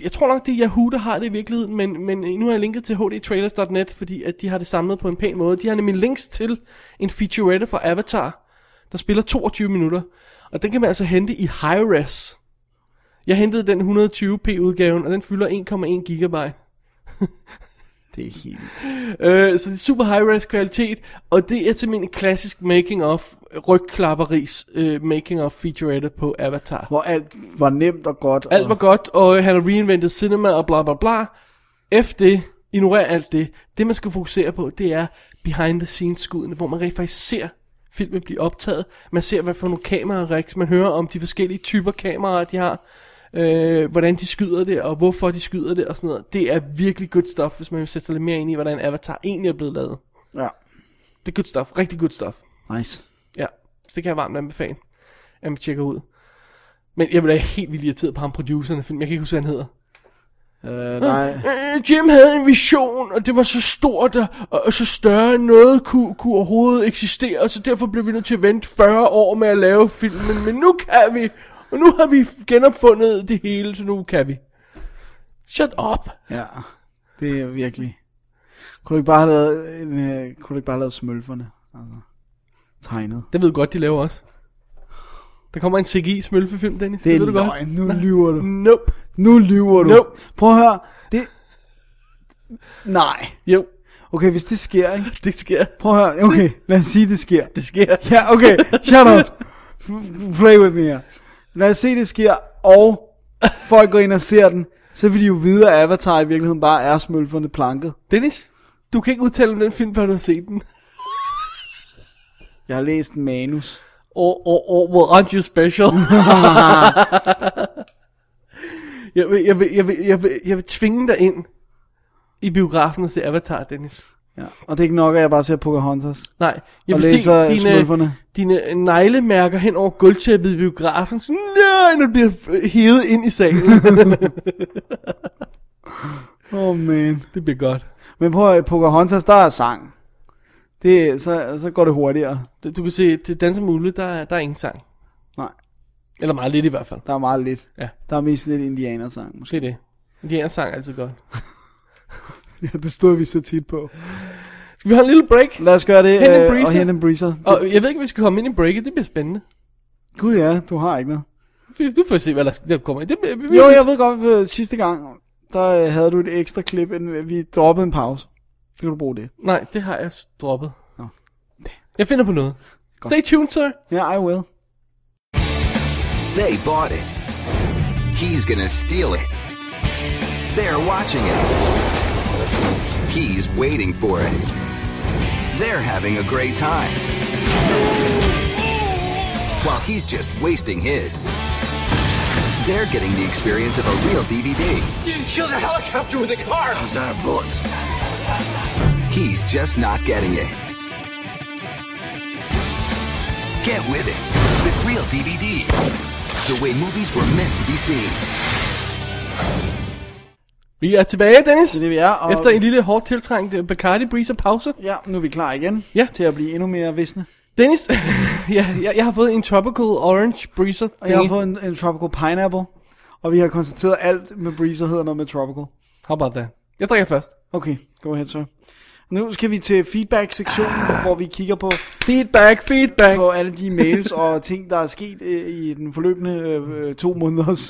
jeg tror nok, det er Yahoo, der har det i virkeligheden, men, men nu har jeg linket til hdtrailers.net, fordi at de har det samlet på en pæn måde. De har nemlig links til en featurette fra Avatar, der spiller 22 minutter. Og den kan man altså hente i high res. Jeg hentede den 120p udgaven, og den fylder 1,1 gigabyte. Det er helt... Øh, så det er super high-res kvalitet, og det er simpelthen en klassisk making-of, rygklapperis øh, making-of featurette på Avatar. Hvor alt var nemt og godt. Alt og... var godt, og øh, han har reinventet cinema og bla bla bla. F det, ignorer alt det. Det man skal fokusere på, det er behind the scenes skuddene, hvor man rent faktisk ser filmen blive optaget. Man ser, hvad for nogle kameraer rigs. Man hører om de forskellige typer kameraer, de har. Øh, hvordan de skyder det, og hvorfor de skyder det, og sådan noget. Det er virkelig good stuff, hvis man vil sætte sig lidt mere ind i, hvordan Avatar egentlig er blevet lavet. Ja. Det er good stuff. Rigtig good stuff. Nice. Ja, så det kan jeg varmt anbefale, at man tjekker ud. Men jeg vil da helt vildt irriteret på ham, produceren af filmen. Jeg kan ikke huske, hvad han hedder. Øh, nej. Øh, Jim havde en vision, og det var så stort og, og så større, end noget kunne, kunne overhovedet eksistere, så derfor blev vi nødt til at vente 40 år med at lave filmen, men nu kan vi, og nu har vi genopfundet det hele, så nu kan vi. Shut up. Ja. Det er virkelig... Kunne du ikke bare have lavet, en, øh, kunne du ikke bare have lavet smølferne? Altså, tegnet. Det ved du godt, de laver også. Der kommer en CGI-smølfefilm, Dennis. Det er ved du godt. løgn. Nu lyver du. Nope. Nu lyver du. Nope. Prøv at høre. Det... Nej. Jo, Okay, hvis det sker, ikke? det sker. Prøv at høre. Okay, lad os sige, det sker. Det sker. Ja, okay. Shut up. F- Play with me her. Lad os se, det sker. Og folk går ind og ser den. Så vil de jo vide, at Avatar i virkeligheden bare er smølferne planket. Dennis, du kan ikke udtale om den film, før du har set den. Jeg har læst en manus. Or, or, or well, aren't you special? jeg, vil, jeg, vil, jeg, vil, jeg, vil, jeg vil tvinge dig ind i biografen og se Avatar, Dennis. Ja. Og det er ikke nok, at jeg bare ser Pocahontas. Nej, jeg Og vil læser se dine, smølferne. dine neglemærker hen over gulvtæppet i biografen. Sådan, nej, nu bliver jeg hævet ind i salen. Åh, oh, man. det bliver godt. Men prøv at høre, i Pocahontas, der er sang. Det, så, så går det hurtigere. Du kan se, til Danser med Ulve, der, er- der er ingen sang. Nej, Eller meget lidt i hvert fald. der er meget lidt. Ja. Der er mest lidt indianersang, måske. Det er det. Indianers sang er altid godt. Ja, det stod vi så tit på. Skal vi have en lille break? Lad os gøre det. Hen and øh, Breezer. Og Hen and Breezer. Og jeg ved ikke, om vi skal komme ind i breaket. Det bliver spændende. Gud ja, du har ikke noget. Du får se, hvad der, der kommer ind. Det, bliver- vi, Jo, jeg ved godt, at sidste gang, der øh, havde du et ekstra klip, inden vi droppede en pause. Så kan du bruge det. Nej, det har jeg s- droppet. Nå. Jeg finder på noget. Stay tuned, sir. Ja, yeah, I will. They bought it. He's gonna steal it. They're watching it. He's waiting for it. They're having a great time. While he's just wasting his. They're getting the experience of a real DVD. You just killed a helicopter with a car. Those are bullets. He's just not getting it. Get with it with real DVDs. The way movies were meant to be seen. Vi er tilbage, Dennis. Det er det, vi er. Og Efter en lille hårdt tiltrængt øh, Bacardi Breezer pause. Ja, nu er vi klar igen. Ja. Til at blive endnu mere visne. Dennis, ja, jeg, jeg, har fået en Tropical Orange Breezer. Og jeg har fået en, en tropical pineapple. Og vi har konstateret, at alt med breezer hedder noget med tropical. How about that? Jeg drikker først. Okay, go ahead, sir. Nu skal vi til feedback-sektionen, hvor vi kigger på, Feedback, feedback. på alle de mails og ting, der er sket øh, i den forløbende øh, øh, to måneders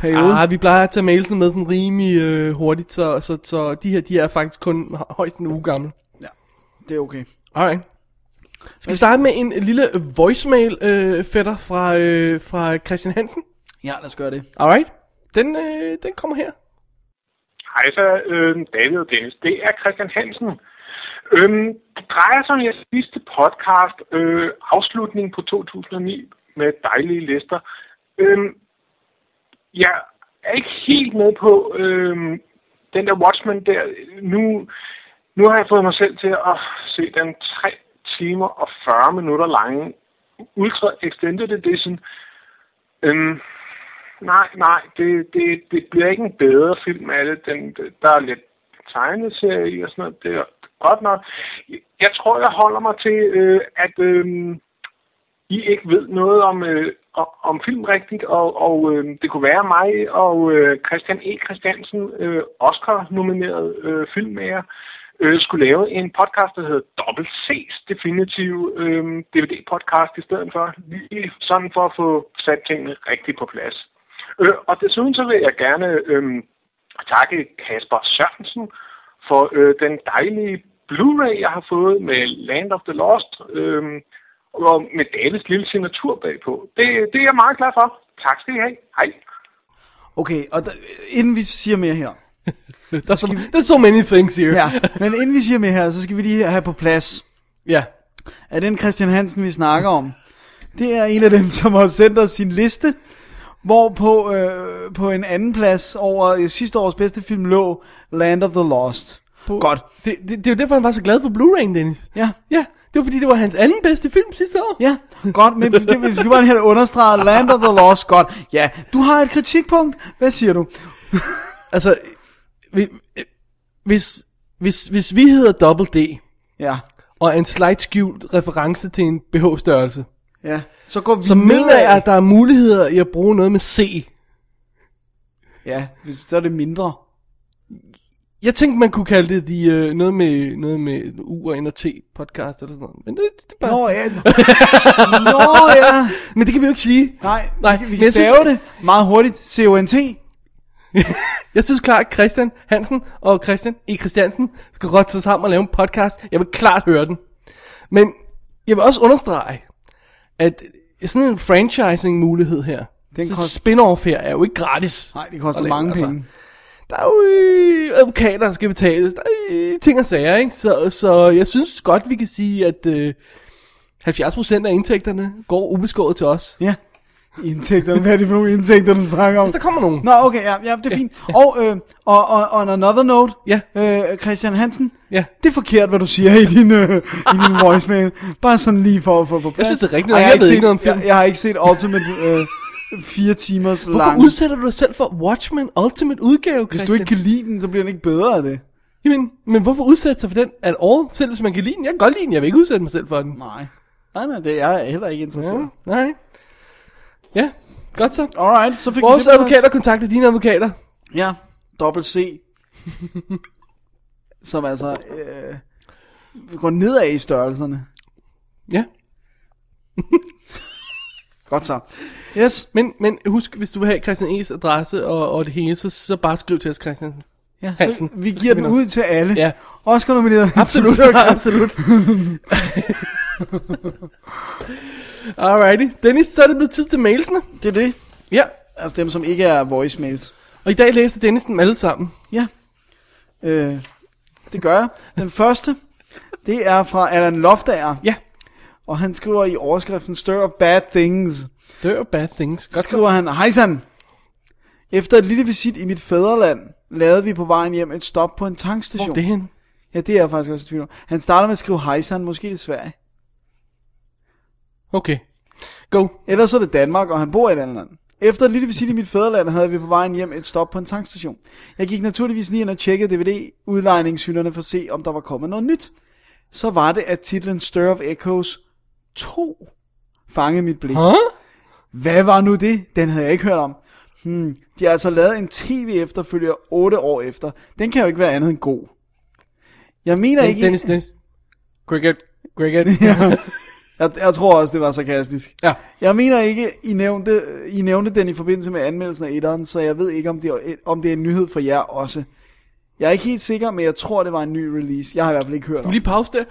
periode. Ah, vi plejer at tage mailsene med sådan rimelig øh, hurtigt, så, så, så de her de er faktisk kun hø- højst en uge gamle. Det er okay. Alright. Skal vi starte med en lille voicemail øh, fætter fra, øh, fra Christian Hansen? Ja, lad os gøre det. Alright. Den, øh, den kommer her. Hej så, øh, David og Dennis. Det er Christian Hansen. Øhm, det drejer sig om jeres sidste podcast, øh, afslutningen på 2009 med dejlige lister. Øhm, jeg er ikke helt med på øhm, den der Watchmen der. Nu, nu har jeg fået mig selv til at se den 3 timer og 40 minutter lange Ultra Extended Edition. Øhm, Nej, nej, det, det, det bliver ikke en bedre film af det. Den, der er lidt tegneserie i og sådan noget. Det er godt nok. Jeg tror, jeg holder mig til, øh, at øh, I ikke ved noget om, øh, o- om film rigtigt, og, og øh, det kunne være mig og øh, Christian E. Christiansen, øh, Oscar-nomineret øh, filmmager, øh, skulle lave en podcast, der hedder Double C's Definitive øh, DVD-podcast i stedet for, lige sådan for at få sat tingene rigtigt på plads. Øh, og desuden så vil jeg gerne øh, takke Kasper Sørensen for øh, den dejlige Blu-ray, jeg har fået med Land of the Lost, øh, og med Davids lille signatur bagpå. Det, det er jeg meget glad for. Tak skal I have. Hej. Okay, og der, inden vi siger mere her. There's so, there's so many things here. Ja, men inden vi siger mere her, så skal vi lige have på plads. ja. at den Christian Hansen, vi snakker om, det er en af dem, som har sendt os sin liste, hvor på, øh, på en anden plads over øh, sidste års bedste film lå Land of the Lost. På... Godt. Det, det, det er jo derfor, han var så glad for Blu-ray'en, Dennis. Ja. Ja, det var fordi, det var hans anden bedste film sidste år. Ja, godt, men det, vi skal bare lige have det understreget. Land of the Lost, godt. Ja, du har et kritikpunkt. Hvad siger du? Altså, vi- øh, hvis, hvis, hvis vi hedder Double D, Ja, og er en slight skjult reference til en BH-størrelse, ja. Så går vi så mener nedad. jeg, at der er muligheder i at bruge noget med C. Ja, hvis- så er det mindre. Jeg tænkte, man kunne kalde det de, øh, noget, med, noget med U og N og T podcast eller sådan noget. Men det, det er bare Nå sådan. ja, Nå, ja. Men det kan vi jo ikke sige. Nej, Nej, Nej vi, kan- vi men kan jeg synes- stave det meget hurtigt. C-O-N-T. Jeg synes klart, at Christian Hansen og Christian E. Christiansen skal rådte sig sammen og lave en podcast. Jeg vil klart høre den. Men jeg vil også understrege, at sådan en franchising-mulighed her, den kost- kost... spin-off her, er jo ikke gratis. Nej, det at koster lave, mange altså. penge. Der er jo øh, advokater, der skal betales. Der er øh, ting og sager, ikke? Så, så jeg synes godt, vi kan sige, at øh, 70% af indtægterne går ubeskåret til os. Ja. Indtægter, hvad er det for nogle indtægter, du snakker om? Hvis der kommer nogen. Nå, okay, ja, ja det er fint. Og, øh, og, og on another note, Ja. øh, Christian Hansen, Ja. det er forkert, hvad du siger i din, øh, i din voicemail. Bare sådan lige for at få på plads. synes, det er rigtigt, Og og Jeg, jeg har ikke ved set, ikke noget om film. Jeg, jeg har ikke set Ultimate øh, fire timers Hvorfor lang. udsætter du dig selv for Watchmen Ultimate udgave, Christian? Hvis du ikke kan lide den, så bliver den ikke bedre af det. Jamen, men hvorfor udsætte sig for den at all, selv hvis man kan lide den? Jeg kan godt lide den, jeg vil ikke udsætte mig selv for den. Nej. Nej, nej, det er jeg heller ikke interesseret. Ja. Nej. Ja, godt så. Alright, så fik Vores vi det på plads. advokater kontakter dine advokater. Ja, dobbelt C. som altså øh, går nedad i størrelserne. Ja, Godt så. Yes. men, men husk, hvis du vil have Christian E's adresse og, og det hele, så, så bare skriv til os, Christian. Ja, så Hansen. vi giver den ud til alle. Ja. Oscar nomineret. Absolut, absolut. Alrighty. Dennis, så er det blevet tid til mailsene. Det er det. Ja. Altså dem, som ikke er voicemails. Og i dag læste Dennis dem alle sammen. Ja. Øh, det gør jeg. Den første, det er fra Allan Loftager. Ja. Og han skriver i overskriften Stir up bad things. Det er jo bad things. Så Godt så. skriver han, hejsan. Efter et lille visit i mit fædreland, lavede vi på vejen hjem et stop på en tankstation. Hvor er det hen? Ja, det er jeg faktisk også i tvivl om. Han starter med at skrive hejsan, måske det er Sverige. Okay. Go. Ellers er det Danmark, og han bor i et andet land. Efter et lille visit i mit fædreland havde vi på vejen hjem et stop på en tankstation. Jeg gik naturligvis lige ind og tjekkede DVD-udlejningshylderne for at se, om der var kommet noget nyt. Så var det, at titlen Stir of Echoes 2 fangede mit blik. Huh? Hvad var nu det? Den havde jeg ikke hørt om. Hmm, de har altså lavet en tv-efterfølger 8 år efter. Den kan jo ikke være andet end god. Jeg mener ikke... Dennis, Dennis. Cricket. Cricket. Jeg, jeg tror også, det var sarkastisk. Ja. Jeg mener ikke, I nævnte, I nævnte den i forbindelse med anmeldelsen af etteren, så jeg ved ikke, om det, er, om det er en nyhed for jer også. Jeg er ikke helt sikker, men jeg tror, det var en ny release. Jeg har i hvert fald ikke hørt Kan vi om lige pause der?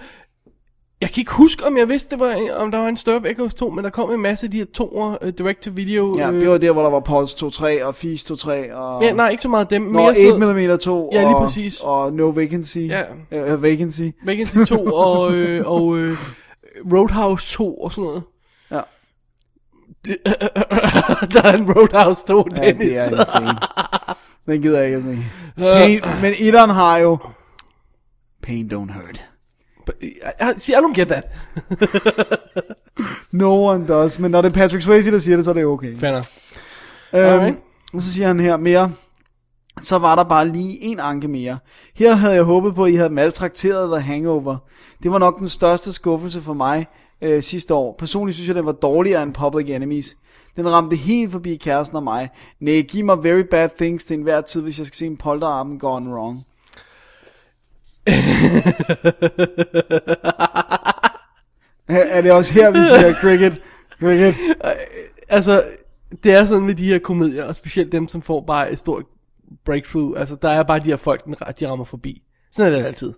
Jeg kan ikke huske, om jeg vidste, det var, om der var en Stirrup Echoes 2, men der kom en masse af de her toer, uh, direct-to-video. Ja, øh, det var der, hvor der var Pulse 2.3 og Feast 2.3 og... ja, nej, ikke så meget dem. Nå, mere 8mm 2 Ja, lige og, præcis. og No Vacancy. Ja. Øh, vacancy. Vacancy 2 og, øh, og øh, Roadhouse 2 og sådan noget. Ja. Det- der er en Roadhouse 2, Ja, det Dennis. er insane. Den gider jeg ikke at se. Øh, Pain, men etteren har jo... Pain don't hurt. I- I- see, I don't get that. No one does, men når det er Patrick Swayze, der siger det, så er det okay. Fair enough. Øhm, Alright. og så siger han her mere. Så var der bare lige en anke mere. Her havde jeg håbet på, at I havde maltrakteret The Hangover. Det var nok den største skuffelse for mig øh, sidste år. Personligt synes jeg, den var dårligere end Public Enemies. Den ramte helt forbi kæresten og mig. Nej, giv mig very bad things til enhver tid, hvis jeg skal se en polterappen gone wrong. er er det også her, vi siger cricket? Cricket? Altså, det er sådan med de her komedier, og specielt dem, som får bare et stort breakthrough. Altså, der er bare de her folk, den- de rammer forbi. Sådan er det altid.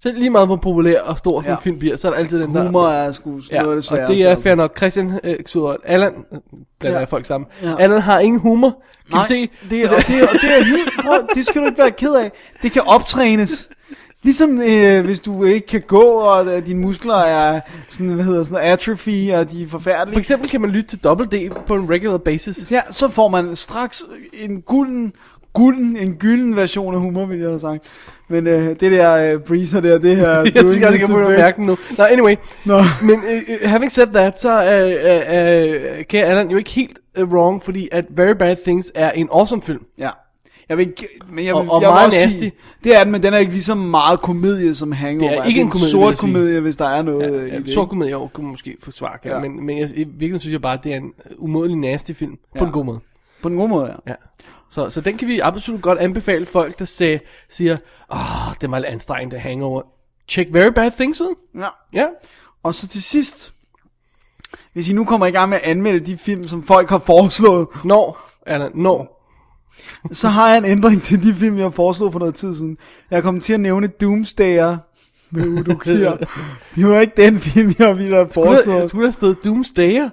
Så lige meget hvor populær og stor sådan Ja. ja. en film bliver, så er der altid den der... Humor er sgu ja, noget af det og sværeste. det er altså. fair nok. Christian øh, Xuder, Allan, øh, blander Ja. ja. folk sammen. Ja. Ja. Allan har ingen humor. Kan Nej, du se? det, er- og det, er- og det, er, helt- prøv, det skal du ikke være ked af. Det kan optrænes. Ligesom øh, hvis du ikke kan gå, og øh, dine muskler er sådan, hvad hedder sådan noget, atrophy, og de er For forfærdelige. eksempel kan man lytte til Double D på en regular basis. Ja, så får man straks en gulden, gulden, en gylden version af humor, vil jeg have sagt. Men øh, det der øh, breezer der, det her... jeg tænker, jeg kan begynde at mærke den nu. Nå, anyway. Nå. Men uh, having said that, så uh, uh, uh, kan Allan jo ikke helt uh, wrong, fordi at Very Bad Things er en awesome film. Ja. Jeg vil, ikke- men jeg vil, Og- og jeg vil meget også nasty. sige, det er den, men den er ikke lige så meget komedie som Hangover. Det er ikke en komedie, vil sort jeg sige. komedie, hvis der er noget øh, i Ja, det. sort komedie år kunne man måske få svar, Ja. ja. men, men jeg, i virkeligheden synes jeg bare, at det er en øh, umådelig nasty film, ja. Ja. på en god måde. På en god måde, ja. Ja. Så, så den kan vi absolut godt anbefale folk, der sag, siger, åh, oh, det er meget anstrengende hangover. Check Very Bad Things ud. ja. Ja. Og så til sidst, hvis I nu kommer i gang med at anmelde de film, som folk har foreslået, Når, Allan, når. så har jeg en ændring til de film, jeg foreslog for noget tid siden. Jeg kom til at nævne Doomsdayer med Udo Kier. Det var ikke den film, jeg ville have Skulle, foreslået. skulle der stået Doomsdayer?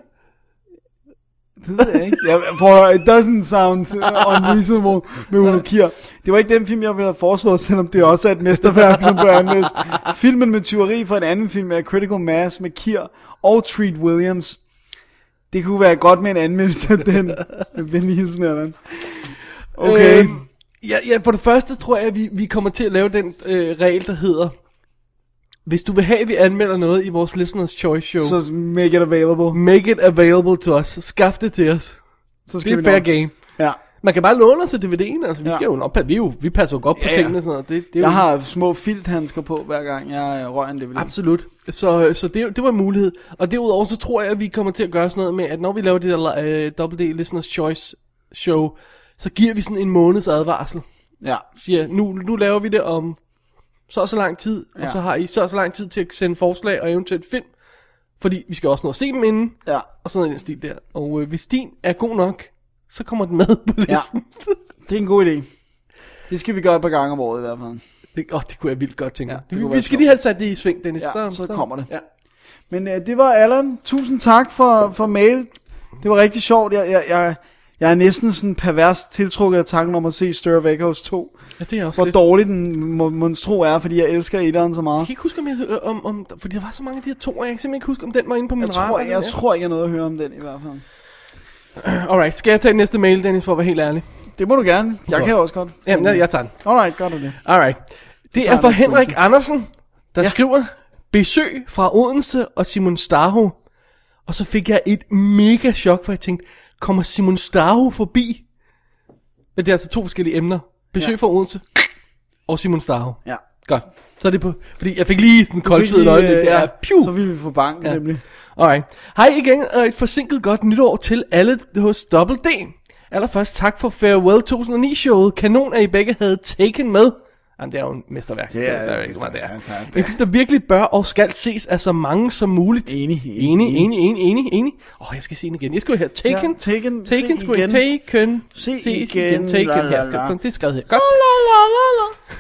Det ved jeg ikke. Jeg, for it doesn't sound unreasonable med Uno Kier. Det var ikke den film, jeg ville have foreslået, selvom det også er et mesterværk, som bør anmeldes. Filmen med tyveri fra en anden film er Critical Mass med Kier og Treat Williams. Det kunne være godt med en anmeldelse af den. Med venlig hilsen, Allan. Okay. Øhm, ja, ja, for det første tror jeg, at vi, vi kommer til at lave den øh, regel, der hedder, hvis du vil have, at vi anmelder noget i vores Listener's Choice Show, så så make it available. make it available to us. Skaf det til os. Så skal Det er vi fair nok- game. Ja. Man kan bare låne os af DVD'en, altså vi, Ja. ja. skal jo nok, vi, er jo, vi passer jo godt på Ja, ja. ja, tingene og sådan noget. Det, det er Jeg jo, har små filthandsker på, hver gang jeg øh, rører en DVD. Absolut. Så, så det, det var en mulighed. Og derudover så tror jeg, at vi kommer til at gøre sådan noget med, at når vi laver det der øh, WD Listener's Choice Show, så giver vi sådan en måneds advarsel. Ja. siger, nu, nu laver vi det om så og så lang tid, ja. Ja. og så har I så og så lang tid til at sende forslag og eventuelt film, fordi vi skal også nå at se dem inden, Ja. og sådan noget i den stil der. Og øh, hvis din er god nok, så kommer den med på ja. listen. Ja. Det er en god idé. Det skal vi gøre et par gange om året i hvert fald. Det, åh, det kunne jeg vildt godt tænke Ja, mig. det vi, kunne vi være skal sjovt. lige have sat det i sving, Dennis. Ja, så kommer det. Ja. Men øh, det var Allan. Tusind tak for, for mail. Det var rigtig sjovt. Jeg, jeg, jeg, jeg er næsten sådan pervers tiltrukket af tanken om at se Stir Wakehouse 2. ja, det er også Hvor lidt. dårlig den må- monstro er, fordi jeg elsker etteren så Jeg meget. kan ikke huske, om jeg... øh, Om, om, fordi der var så mange af de her to, og jeg kan simpelthen ikke huske, om den var inde på min Jeg tror, radar, jeg, den jeg der. tror ikke, jeg nåede at høre om den i hvert fald. Alright, skal jeg tage næste mail, Dennis, for at være helt ærlig? Det må du gerne. Jeg kan også godt. Jamen, jeg, jeg tager den. Alright, gør du det. Alright. Det tager er fra vi Henrik punktet. Andersen, der ja. skriver, besøg fra Odense og Simon Starho. Og så fik jeg et mega chok, for jeg tænkte, kommer Simon Starho forbi? Men det er altså to forskellige emner. Besøg Ja. ja. fra Odense og Simon Starho. Ja. Godt. Så er det på, fordi jeg fik lige sådan en koldsved i Fordi, øjeblik. øh, Ja, piu. Så vil vi få bank ja. Ja. nemlig. Alright. Hej igen, og et forsinket godt nytår til alle hos Double D. Allerførst tak for Farewell 2009-showet. Kanon, at I begge havde taken med. Jamen, det er jo en mesterværk. Det er der, der et ikke meget der. mesterværk, altså, det Det er en film, der virkelig bør og skal ses af så mange som muligt. Enig, enig, enig, enig, enig, enig, enig. Åh, oh, jeg skal se den igen. Jeg skulle have Taken. Ja, Taken, se Taken, skulle igen. Taken. Se ses igen, Taken. la, la, Her skal la. den. Det er skrevet her. Godt. La, la, la, la.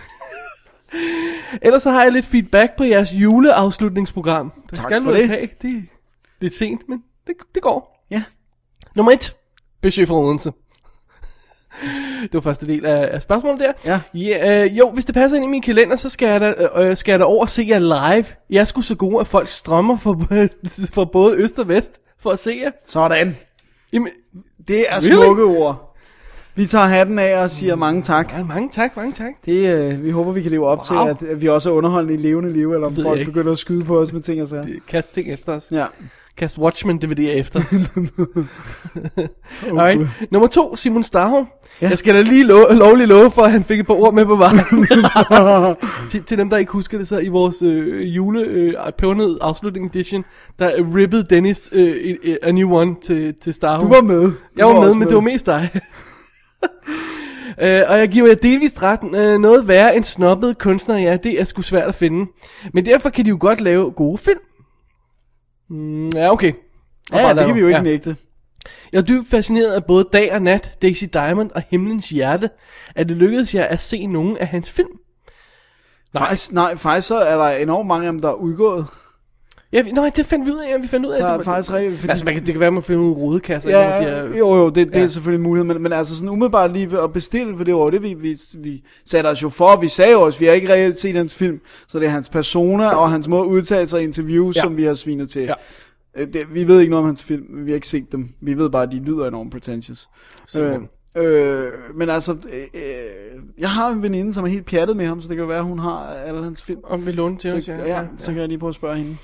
Ellers så har jeg lidt feedback på jeres juleafslutningsprogram. Det Tak skal for du det. altså have. Det er lidt sent, men det, det går. Ja. Nummer et. Besøg fra Odense. Det var første del af, af spørgsmålet der. Ja. ja øh, jo, hvis det passer ind i min kalender, så skal jeg da, øh, skal jeg da over og se jer live. Jeg er sgu så gode, at folk strømmer fra, fra både øst og vest for at se jer. Sådan. Jamen, Det er Really? smukke ord. Vi tager hatten af og siger mange tak. ja, mange tak, mange tak. Det, øh, vi håber, vi kan leve op wow. til, Wow. at, at vi også er underholdende i levende liv, eller om ved folk jeg ikke. begynder at skyde på os med ting og sager. Det- Kast ting efter os. Ja. Kast Watchmen DVD'er efter os. Alright. Nummer to, Simon Starho. Ja. Ja. Jeg skal da lige lo- lovlig love for, at han fik et par ord med på vejen. til, til dem, der ikke husker det, så i vores øh, jule øh, pebernød afslutning edition, der rippede Dennis øh, i- i- A New One til, til Starho. Du var med. Du Jeg var, med, også men det var mest dig. Øh, og jeg giver jer delvist ret øh, Noget værre end snobbede kunstnere Ja, det er sgu svært at finde Men derfor kan de jo godt lave gode film mm, Ja, okay Og Ja, bare ja, det lave- kan vi jo ikke ja. nægte. Jeg er dybt fascineret af både Dag og Nat, Daisy Diamond og Himlens Hjerte, at det lykkedes jer at se nogen af hans film. Nej. Faktisk, nej, faktisk så er der enormt mange af dem, der er udgået. Ja, vi, nej, det fandt vi ud af, ja, vi fandt ud af. Der at er det var- faktisk rigtigt, fordi- Altså, man kan, det kan være, at man finder nogle rodekasser. Ja, inden de er- jo, jo, det, det Ja. er selvfølgelig en mulighed, men, men altså sådan umiddelbart lige at bestille, for det var jo det, vi, vi, vi satte os jo for, vi sagde jo også, vi har ikke reelt set hans film, så det er hans persona og hans måde at udtale sig i interviews, Ja. ja. som vi har svinet til. Ja. Ja. Det, vi ved ikke noget om hans film, vi har ikke set dem, vi ved bare, at de lyder enormt pretentious. Øh, Simpelthen. øh, men altså, øh, øh, jeg har en veninde, som er helt pjattet med ham, så det kan jo være, at hun har alle hans film. Om vi låner til os, Så, ja, så kan jeg lige prøve at spørge hende.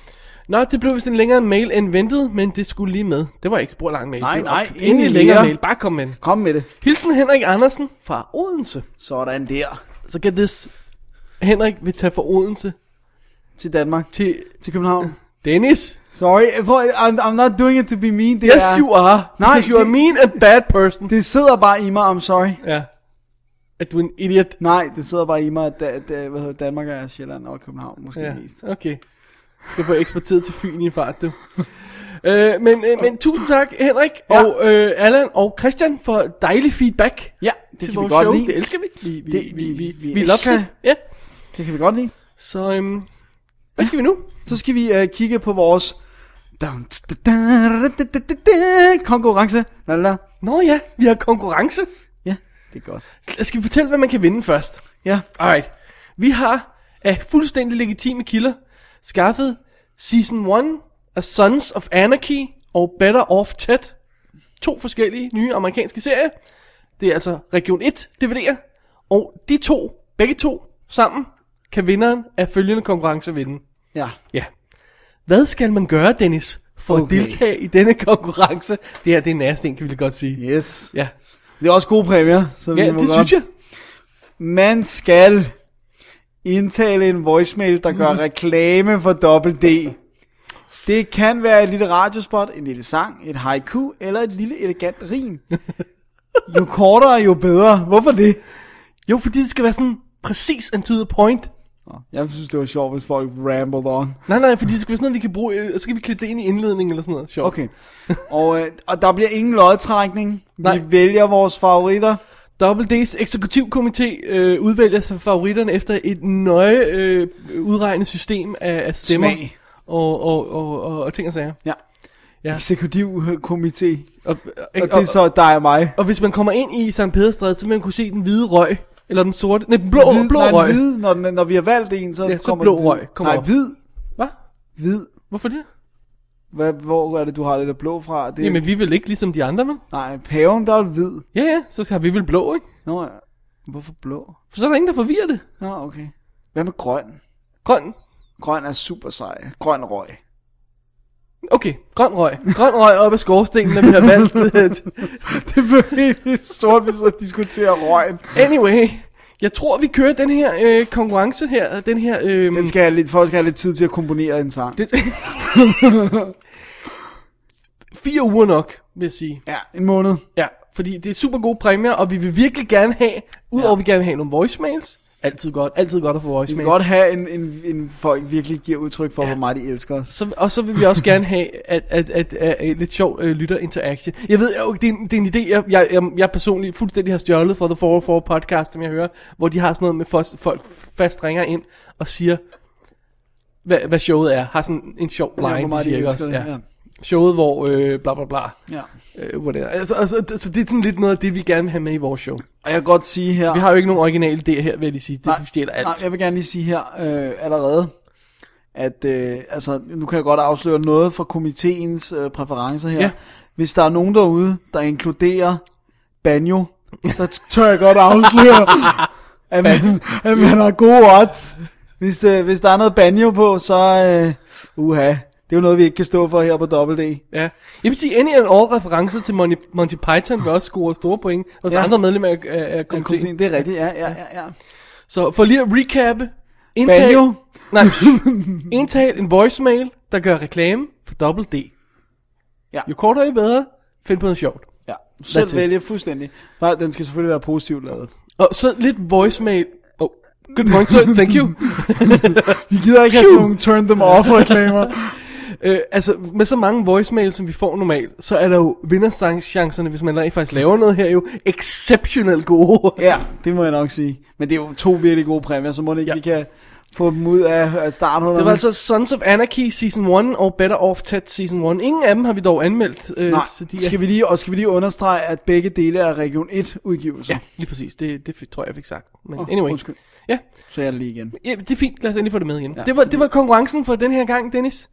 Nå, det blev vist en længere mail end ventet, men det skulle lige med. Det var ikke spor lang mail. Nej, Det var nej, endelig, endelig længere mere. mail. Bare kom med. den. Kom med det. Hilsen Henrik Andersen fra Odense. Sådan der. Så kan det Henrik vil tage fra Odense Til Danmark. Til, til til København. Dennis. Sorry, for, I'm, I'm not doing it to be mean. Det, Yes, er, you are. Nej, because you are det- mean and bad person. det sidder bare i mig, I'm sorry. Ja. At du er en idiot. Nej, det sidder bare i mig, at da, da, hvad hedder, det, Danmark er Sjælland og København måske Ja, ja. mest. okay. Du får eksporteret til Fyn i en fart, du. Øh, men, øh, men tusind tak, Henrik, ja. Ja. og øh, Allan og Christian for dejlig feedback. Ja, det til kan vi vores godt show. lide. Det elsker vi. Vi, vi, Det- vi, vi, vi, vi, vi vi elsker. elsker. Ja. Det kan vi godt lide. Så øhm, hvad skal vi nu? Så skal vi øh, kigge på vores konkurrence. La, la, la. Nå ja, vi har konkurrence. Ja, det er godt. Skal vi fortælle, hvad man kan vinde først? Ja, Alright. Vi har af fuldstændig legitime kilder skaffet Season 1 af Sons of Anarchy og Better Off Ted. To forskellige nye amerikanske serier. Det er altså Region 1 DVD'er. Og de to, begge to sammen, kan vinderen af følgende konkurrence vinde. ja. Ja. Hvad skal man gøre, Dennis, for okay. at Okay. deltage i denne konkurrence? Det her, det er nærsten, kan vi lige godt sige. Yes. Ja, Det er også gode præmier. Så vi ja må det godt. synes jeg. Man skal indtale en voicemail, der gør reklame for Double D. Det kan være et lille radiospot, en lille sang, et haiku eller et lille elegant rim. Jo kortere, jo bedre. Hvorfor det? Jo, fordi det skal være sådan præcis and to the point. Nå, Jeg synes, det var sjovt, hvis folk rambled on. Nej, nej, fordi det skal være sådan noget, vi kan bruge, øh, så kan vi klippe det ind i indledningen eller sådan noget. Sjovt. Okay. Og, øh, og der bliver ingen lodtrækning. Nej. Vi vælger vores favoritter. Double D's eksekutivkomité øh, udvælger sig favoritterne efter et nøje øh, udregnet system af, af stemmer. Smag. Og, og, og, og, og ting og sager. Ja. Ja. ja. Eksekutiv øh, komité. Og, Og det er så dig og mig. og, og, hvis man kommer ind i St. Pederstræde, så vil man kunne se den hvide røg. Eller den sorte. Nej, den blå, hvid, blå nej, røg. Hvid, når, den- når vi har valgt en, så Ja, så kommer blå den hvide. røg kommer Nej, op. hvid. Hvad? Hvid. Hvorfor det? Hvad, hvor er det, du har lidt af blå fra? Det, Jamen, vi er vel ikke ligesom de andre, vel? Nej, paven, der er hvid. Ja, ja, så har vi vel blå, ikke? Nå, ja. hvorfor blå? For så er der ingen, der forvirrer det. Nå, okay. Hvad med grøn? Grøn. Grøn er super sej. Grøn røg. Okay, grøn røg. Grøn røg op af skorstenen, når vi har valgt. det blev helt lidt sort, hvis jeg diskuterer røgen. anyway, jeg tror, vi kører den her øh, konkurrence her. Den her... Øh, Den skal have lidt, folk skal have lidt tid til at komponere en sang. Det... det, fire uger nok, vil jeg sige. Ja, en måned. Ja, fordi det er super gode præmier, og vi vil virkelig gerne have, udover ja. vi gerne vil have nogle voicemails. Altid godt, altid godt at få Vi voicemails. kan godt have en, en, en folk virkelig giver udtryk for, ja. hvor meget de elsker os. Så, og så vil vi også gerne have at, at, at, at, at lidt sjov øh, lytterinteraktion. Jeg ved jo, det, er en- det er en idé, jeg, jeg, jeg, jeg personligt fuldstændig har stjålet fra The 404 podcast, som jeg hører, hvor de har sådan noget med, fos, folk fast ringer ind og siger, hvad, hvad showet er. Har sådan en sjov line, Ja, hvor meget de siger, ikke elsker det. også? Ja. Showet, hvor øh, bla bla bla. ja. Øh, whatever. altså, altså, det- så det er sådan lidt noget af det, vi gerne vil have med i vores show. Og jeg kan godt sige her... Vi har jo ikke nogen originale idéer her, vil jeg lige sige. Det forstjæler alt. Nej, jeg vil gerne lige sige her øh, allerede, at øh, altså, nu kan jeg godt afsløre noget fra komiteens øh, præferencer her. Ja. Ja. Hvis der er nogen derude, der inkluderer banjo, så tør jeg godt afsløre, at, man, at man har gode odds. Hvis, øh, hvis der er noget banjo på, så øh, uha, det er jo noget, vi ikke kan stå for her på WD. Ja. Jeg vil sige, any and all referencer til Monty, Monty Python vil også score store point hos ja. Ja. andre medlemmer af, af, af Ja, komiteen. komiteen, det er rigtigt, ja, ja, ja. ja. Så for lige at recappe. Indtale, Banjo, Nej, indtal en voicemail, der gør reklame for Double D. Ja. Jo kortere, jo bedre. Find på noget sjovt. ja, selv it. vælge fuldstændig. Nej, den skal selvfølgelig være positivt lavet. Og så lidt voicemail. Oh, good morning, sir. Thank you. Vi gider ikke have sådan nogle turn them off reklamer. Øh, altså, med så mange voicemails, som vi får normalt, så er der jo vinderchancerne, hvis man rent faktisk laver noget her, jo exceptionelt gode. Ja, det må jeg nok sige. Men det er jo to virkelig gode præmier, så må det ikke, Ja. ja. vi kan få dem ud af, af starthullerne. Det var altså Sons of Anarchy Season 1 og Better Off Ted Season 1. Ingen af dem har vi dog anmeldt. Øh, Nej, så de er... skal vi lige, og skal vi lige understrege, at begge dele er Region 1-udgivelser? Ja, lige præcis. Det, det fik- tror jeg, jeg fik sagt. Men oh, anyway. undskyld. Ja, Så er det lige igen. Ja, det er fint. Lad os endelig få det med igen. Ja. Det, var, det var konkurrencen for den her gang, Dennis.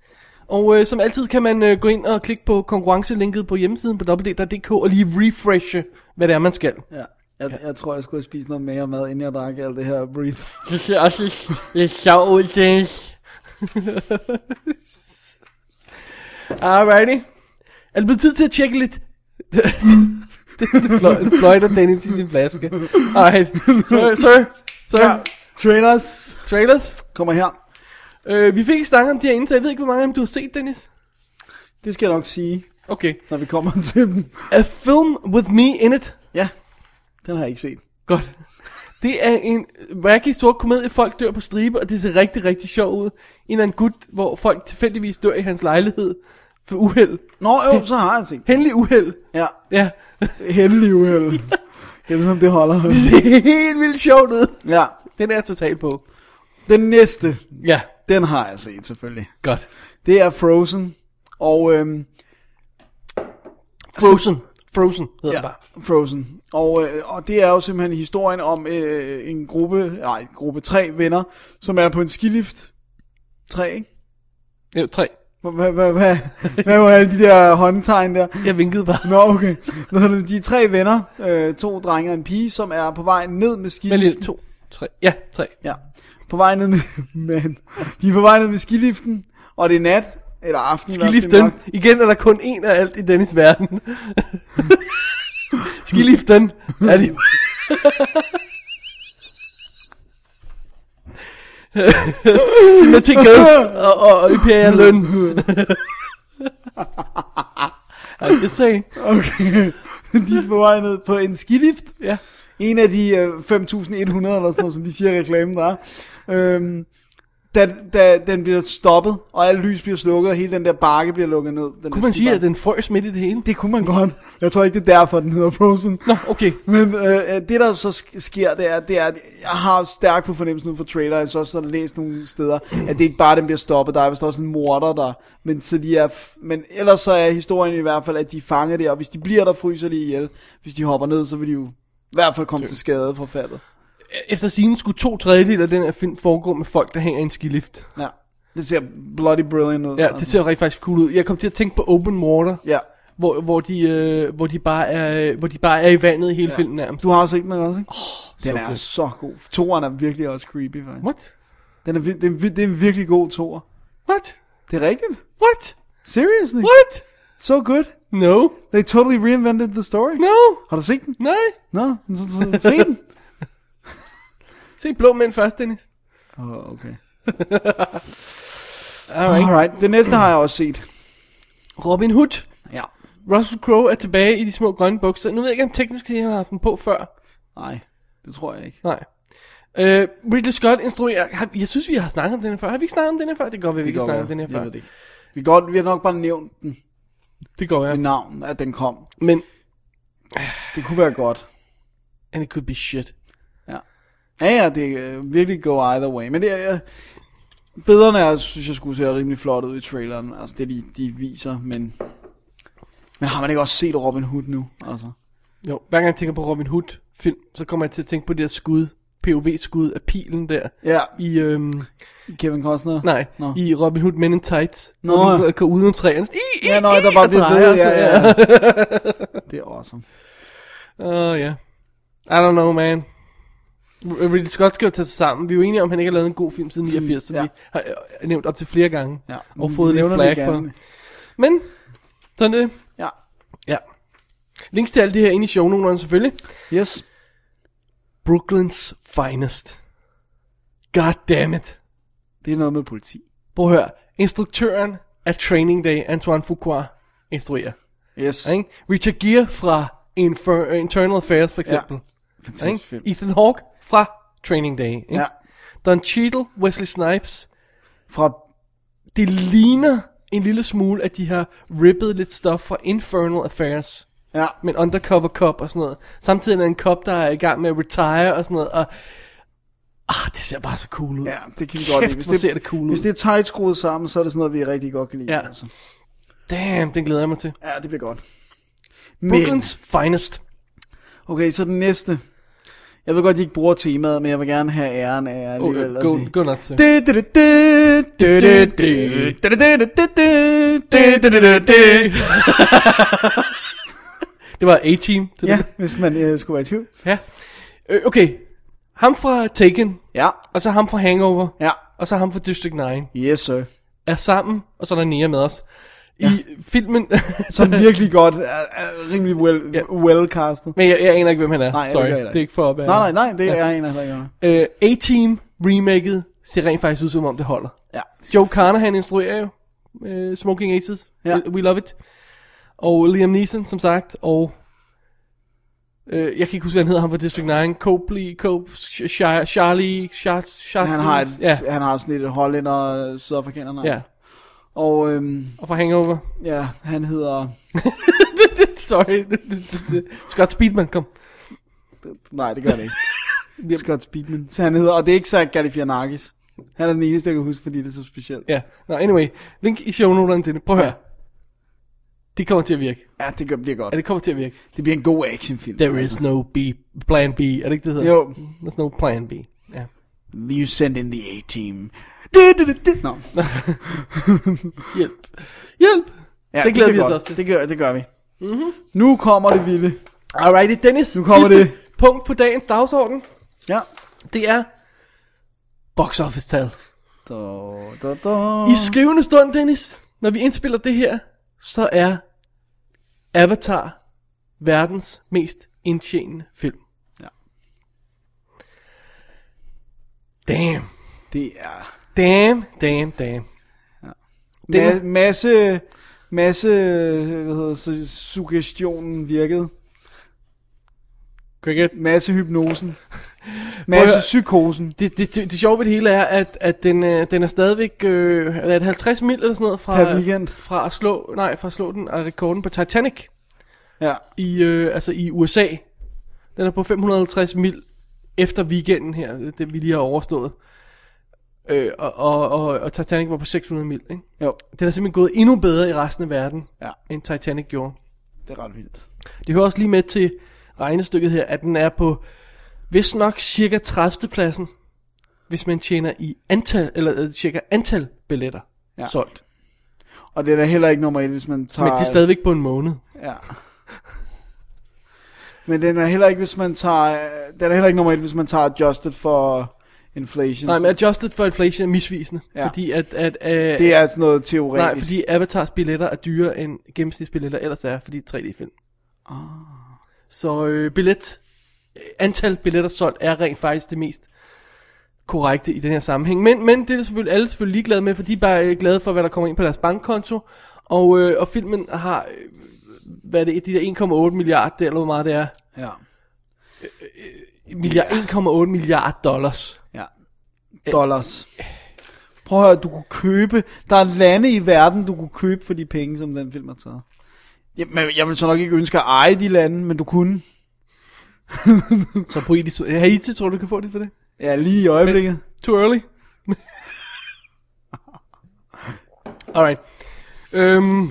Og øh, som altid kan man øh, gå ind og klikke på konkurrencelinket på hjemmesiden på www.dk og lige refreshe, hvad det er, man skal. Ja. Jeg, ja. jeg tror, jeg skulle have spist noget mere mad, inden jeg drak alt det her breathe. Det ser også lidt sjovt ud, Dennis. Alrighty. Er det blevet tid til at tjekke lidt? det er fløj, fløjter Dennis i sin flaske. Alright. Sir, sir, sir. Ja. Trainers Trailers. kommer her. Øh, vi fik ikke snakket om de her indtag. Jeg ved ikke, hvor mange af dem du har set, Dennis. Det skal jeg nok sige, Okay. når vi kommer til dem. A Film With Me In It. Ja, den har jeg ikke set. Godt. Det er en wacky sort komedie, folk dør på stribe, og det ser rigtig, rigtig sjovt ud. En eller anden gut, hvor folk tilfældigvis dør i hans lejlighed for uheld. Nå jo, så har jeg set. Henlig uheld. Ja, Ja. heldig uheld. Jeg ved, om det holder. Det ser helt vildt sjovt ud. Ja, Den er jeg totalt på. den næste, Ja, den har jeg set selvfølgelig. godt. Det er Frozen. Og øhm, Frozen. Frozen hedder ja. Ja, det bare. Frozen. Og, øh, og det er jo simpelthen historien om øh, en gruppe, nej, gruppe tre venner, som er på en skilift. Tre, ikke? Det er jo tre. Hvad hva, hva, hva, hvad var alle de der håndtegn der? Jeg vinkede bare. Nå, okay. Hvad hedder det? De er tre venner, øh, to drenge og en pige, som er på vej ned med Men lige skiliften. to, tre. Ja, tre. Ja, på vej ned med, man. De er på vej ned med skiliften, og det er nat, eller aften. i hvert fald Skiliften. nok. Igen er der kun en af alt i Dennis verden. Skiliften er det. Sig mig til gad og, og, og IPA er løn. Ej, det sagde Okay. De er på vej ned på en skilift. Ja. En af de øh, 5.100 eller sådan noget, som de siger i reklamen, der er. Øhm, da, da den bliver stoppet, og alt lys bliver slukket, og hele den der bakke bliver lukket ned. Den Kunne man sige, at den frøs midt i det hele? Det kunne man godt. Jeg tror ikke, det er derfor, den hedder Frozen. Nå, okay. Men øh, øh, det, der så sk- sker, det er, det er, at jeg har stærk på fornemmelsen nu for trailer, jeg så også har læst nogle steder, at det ikke bare den bliver stoppet, der er vist også en morder der, men, så de er f- men ellers så er historien i hvert fald, at de fanger det, og hvis de bliver der, fryser de ihjel. Hvis de hopper ned, så vil de jo i hvert fald komme til skade fra faldet. Efter sine skulle to tredjedel af den her film foregå med folk, der hænger i en skilift. Ja. Det ser bloody brilliant ud. Ja, det ser jo rigtig faktisk cool ud. Jeg kom til at tænke på Open Water. Ja. hvor, hvor, de, øh, hvor, de bare er, hvor de bare er i vandet i hele ja. filmen nærmest. Du har også ikke den også, ikke? Oh, den så er god. så god. Toren er virkelig også creepy, faktisk. What? Den er, vir- det, er, en vir- det er en virkelig god toer. What? Det er rigtigt. What? Seriously. What? So good. No. They totally reinvented the story. No. Har du set den? Nej. Nå, no. se den. Se Blå Mænd først, Dennis. Oh, okay. Alright. Alright, det næste har jeg også set. Robin Hood. Ja. Russell Crowe er tilbage i de små grønne bukser. Nu ved jeg ikke, om teknisk set han har haft dem på før. Nej, det tror jeg ikke. Nej. Øh, Ridley Scott instruerer... har- Jeg synes, vi har snakket om den her før. Har vi ikke snakket om den her før? Det går, vi Det ikke kan snakket godt om den her være. før. Jeg ved det ikke. Vi, kan godt, vi har nok bare nævnt den Det går, ja. med navn, at den kom. Men... Det kunne være godt. And it could be shit. Ja, ja, det kan virkelig go either way. Men det er... øh, Billederne, er, synes jeg, skulle se rimelig flot ud i traileren. Altså, det de, de viser, men... Men har man ikke også set Robin Hood nu? Altså, Jo, hver gang jeg tænker på Robin Hood film, så kommer jeg til at tænke på det der skud. POV-skud af pilen der. ja, I, øhm, Kevin Costner. Nej, Nå. Nå. i Robin Hood Men in Tights. Nå. Nå. Når du går udenom træerne. I, I, Ja, ja, nå, I, der bare bliver ved, ja, ja. Det er awesome. Åh, ja. I don't know, man. R- Ridley Scott skal jo tage sig sammen. Vi er jo enige om, at han ikke har lavet en god film siden 89, som ja. ja. vi har øh, nævnt op til flere gange. Ja, Og vi fået lidt nævner flag det for. gerne. Men, sådan er det. Ja. Ja. Links til alt det her ind i shownoterne selvfølgelig. Yes. Brooklyns Finest. God damn it. Det er noget med politi. Prøv at høre. Instruktøren af Training Day, Antoine Fuqua, instruerer. Yes. Ikke? Richard Gere fra Infer- Internal Affairs for eksempel. Ja, Fantastisk ikke? film. Ethan Hawke fra Training Day. Ikke? Ja. Don Cheadle, Wesley Snipes. Fra Det ligner en lille smule, at de har rippet lidt stof fra Infernal Affairs. Ja. Men undercover cop og sådan noget. Samtidig er der en cop, der er i gang med at retire og sådan noget. Og, ah, det ser bare så cool ud. Ja, det kan vi godt Kæft, lide. Hvis hvor ser det cool ud. Hvis det er tight skruet sammen, så er det sådan noget, vi rigtig godt kan lide. Ja. Altså. Damn, den glæder jeg mig til. ja det bliver godt. Brooklyn's finest. Okay, så den næste. Jeg ved godt, de ikke bruger temaet, men jeg vil gerne have æren af jer Oh, alligevel. at go, sige. go nuts. øh. Det var A-Team. til Ja, det. hvis man øh, skulle være i tvivl. ja. Øh, okay. Ham fra Taken, Ja, og så ham fra Hangover, ja. og så ham fra District 9, Yes, sir. er sammen, og så er der Nia med os. I filmen... Som virkelig godt, er, er rimelig well, Ja. well castet. Men jeg, jeg aner ikke, hvem han er. Nej, det Sorry, gør jeg heller det, er ikke for at være... Nej, nej, nej, det er en af dem. Øh, A-Team remaket ser rent faktisk ud, som om det holder. Ja, Joe Carnahan instruerer jo øh, Smoking Aces. Øh, Ja. We Love It. Og Liam Neeson, som sagt, og... Øh, jeg kan ikke huske, hvad han hedder, ham fra District 9. Copley, Cope, Sh- Sh- Charlie, Charles, Charles... han har, et, Ja, han har sådan et hollænder og sydafrikaner. navn. ja. Og øhm, Og fra Hangover. ja, han hedder... Sorry. Scott Speedman, kom. Nej, det gør han ikke. Scott Speedman. Så han hedder, og det er ikke Zach Galifianakis. Han er den eneste, jeg kan huske, fordi det er så specielt. Ja. Nå, anyway. Link i shownoterne til det. Prøv at høre. Det kommer til at virke. Ja, det gør, bliver godt. Ja, det kommer til at virke. Det bliver en god actionfilm. There is no B, plan B. Er det ikke, det hedder? Jo. There's no plan B. Ja. You send in the A-team. Du, du, du, du. Nå. Hjælp. Hjælp. Ja, det glæder bliver vi os godt. også til. Mhm. Det gør, det gør vi. Mm-hmm. Nu kommer det vilde. Alrighty, Dennis. Nu kommer sidste det. punkt på dagens dagsorden. Ja. Det er box office tal. Da, da, da. I skrivende stund, Dennis, når vi indspiller det her, så er Avatar verdens mest indtjenende film. Ja. Damn, Det er damn, damn, damn. ma- Det- masse, masse, hvad hedder det, suggestionen virkede. Cricket. Masse hypnosen. at Masse høre. psykosen. Det, det, det, det sjove ved det hele er, at, at den, øh, den er stadigvæk øh, er det 50 mil eller sådan noget fra, Per weekend. fra, at, slå, nej, fra at slå den af rekorden på Titanic Ja. i, øh, altså i USA. Den er på 550 mil efter weekenden her, øh, det vi lige har overstået. Øh, og, og, og, og Titanic var på 600 mil. Ikke? Jo, Den er simpelthen gået endnu bedre i resten af verden, Ja. end Titanic gjorde. det er ret vildt. Det hører også lige med til regnestykket her, at den er på vist nok cirka 30. pladsen, hvis man tjener i antal, eller øh, cirka antal billetter Ja. ja. solgt. Og det er da heller ikke nummer 1, hvis man tager... Men det er stadigvæk på en måned. Ja. Men den er heller ikke, hvis man tager... Den er heller ikke nummer 1, hvis man tager adjusted for inflation. Nej, men adjusted for inflation er misvisende, Ja. ja. fordi at, at øh, Det er sådan noget teoretisk. Nej, fordi Avatars billetter er dyrere end gennemsnitsbilletter ellers er, fordi det er 3D-film. Ah. Så øh, billet, øh, antal billetter solgt er rent faktisk det mest korrekte i den her sammenhæng. Men, men det er selvfølgelig, alle selvfølgelig ligeglade med, for de er bare øh, glade for, hvad der kommer ind på deres bankkonto. Og, øh, og filmen har, øh, hvad er det, de der 1,8 milliard, der, eller hvor meget det er, Ja. milliard, 1,8 milliard dollars. ja. Dollars. Prøv at høre, du kunne købe... Der er lande i verden, du kunne købe for de penge, som den film har taget. Jamen, jeg vil så nok ikke ønske at eje de lande, men du kunne. Så på Haiti, Haiti tror du, du kan få det for det? Ja, lige i øjeblikket. Too early? Alright. Øhm,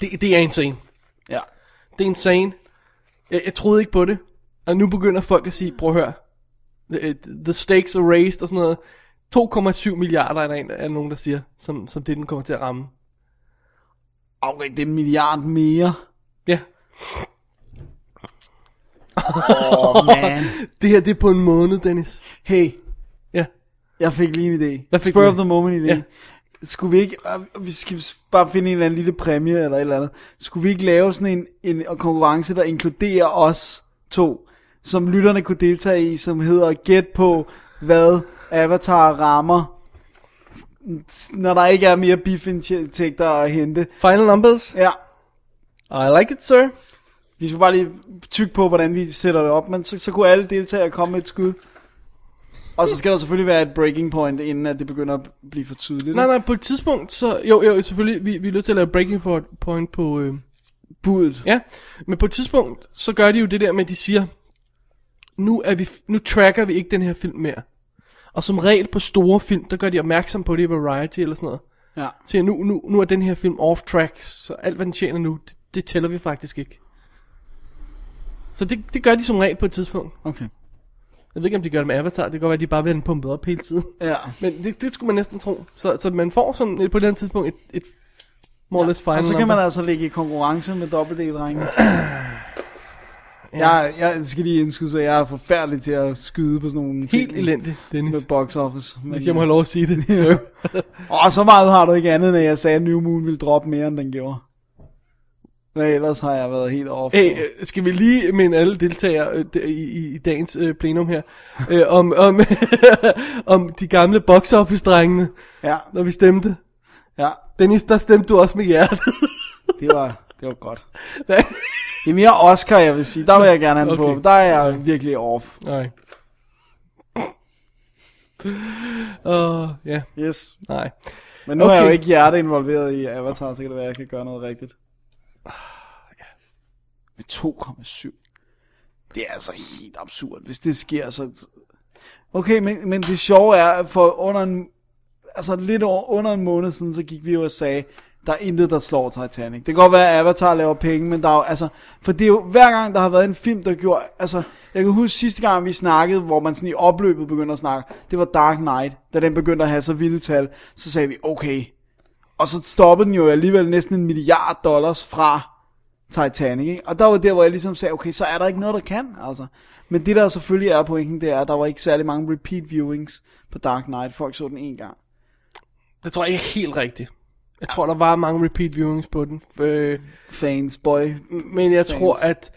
det, det er insane. Ja. Det er insane. Jeg, jeg troede ikke på det. Og nu begynder folk at sige, prøv at høre. The, the stakes are raised og sådan noget. 2,7 milliarder er der en, er nogen, der siger, som, som det den kommer til at ramme. Okay, det er en milliard mere. Ja. Åh, oh, man. Det her, det er på en måned, Dennis. Hey, Ja. Jeg fik lige en idé. Hvad fik Spur du? of the moment idé. Ja. Ja. Skulle vi ikke, øh, vi skal bare finde en eller anden lille præmie eller et eller andet. Skulle vi ikke lave sådan en, en konkurrence, der inkluderer os to, som lytterne kunne deltage i, som hedder Gæt på, hvad Avatar rammer, når der ikke er mere bifindtægter at hente. Final numbers. Ja, I like it, sir. vi skulle bare lige tykke på, hvordan vi sætter det op, men så, så kunne alle deltagere komme med et skud. Og så skal der selvfølgelig være et breaking point, inden at det begynder at blive for tydeligt. Nej, nej, på et tidspunkt, så... Jo, jo, selvfølgelig, vi, vi er nødt til at lave breaking for- point på... Øh, Budet. ja, men på et tidspunkt, så gør de jo det der med, at de siger, nu, er vi, f- nu tracker vi ikke den her film mere. Og som regel på store film, der gør de opmærksom på det i Variety eller sådan noget. Ja. siger, nu, nu, nu er den her film off track, så alt hvad den tjener nu, det, det tæller vi faktisk ikke. Så det, det gør de som regel på et tidspunkt. Okay. Jeg ved ikke, om de gør det med Avatar, det kan godt være, at de bare vil have den pumpet op hele tiden. Ja. Men det, det skulle man næsten tro. Så, så man får sådan et, på et eller andet tidspunkt et, et more or less final Og så kan number. Øh, man altså ligge i konkurrence med dobbeltdel-drenge. Jeg, jeg skal lige indskyde, så jeg er forfærdelig til at skyde på sådan nogle Helt ting elendigt, Dennis. med box office. Men, Hvis jeg må have lov at sige det. Så. Åh, så meget har du ikke andet, end at jeg sagde, at New Moon ville droppe mere, end den gjorde. Men ellers har jeg været helt off. Hey, øh, skal vi lige minde alle deltagere øh, der i, i- i dagens øh, plenum her, øh, om, om, om de gamle box office-drengene, Ja, når vi stemte? ja, Dennis, der stemte du også med hjertet. det var, det var godt. Det er mere Oscar, jeg vil sige. Der vil jeg gerne have den Okay. på. Der er jeg virkelig off. nej. Åh, ja, Yes. nej. Men nu okay. er jeg jo Okay. ikke hjerte involveret i Avatar, så kan det være, at jeg kan gøre noget rigtigt. Ah, Med 2,7. Det er altså helt absurd. Hvis det sker, så... Okay, men, men det sjove er, for under en, altså lidt over, under en måned siden, så gik vi jo og sagde, der er intet, der slår Titanic. Det kan godt være, at Avatar laver penge, men der er jo, altså, for det er jo, hver gang der har været en film, der gjorde, altså, jeg kan huske sidste gang, vi snakkede, hvor man sådan i opløbet begyndte at snakke, det var Dark Knight, da den begyndte at have så vilde tal, så sagde vi, okay, og så stoppede den jo alligevel næsten en milliard dollars fra Titanic, ikke? Og der var der, hvor jeg ligesom sagde, okay, så er der ikke noget, der kan, altså. Men det, der selvfølgelig er pointen, det er, at der var ikke særlig mange repeat viewings på Dark Knight. Folk så den en gang. Det tror jeg ikke er helt rigtigt. Jeg tror, der var mange repeat viewings på den. Øh, Fans, boy. men jeg tror, at,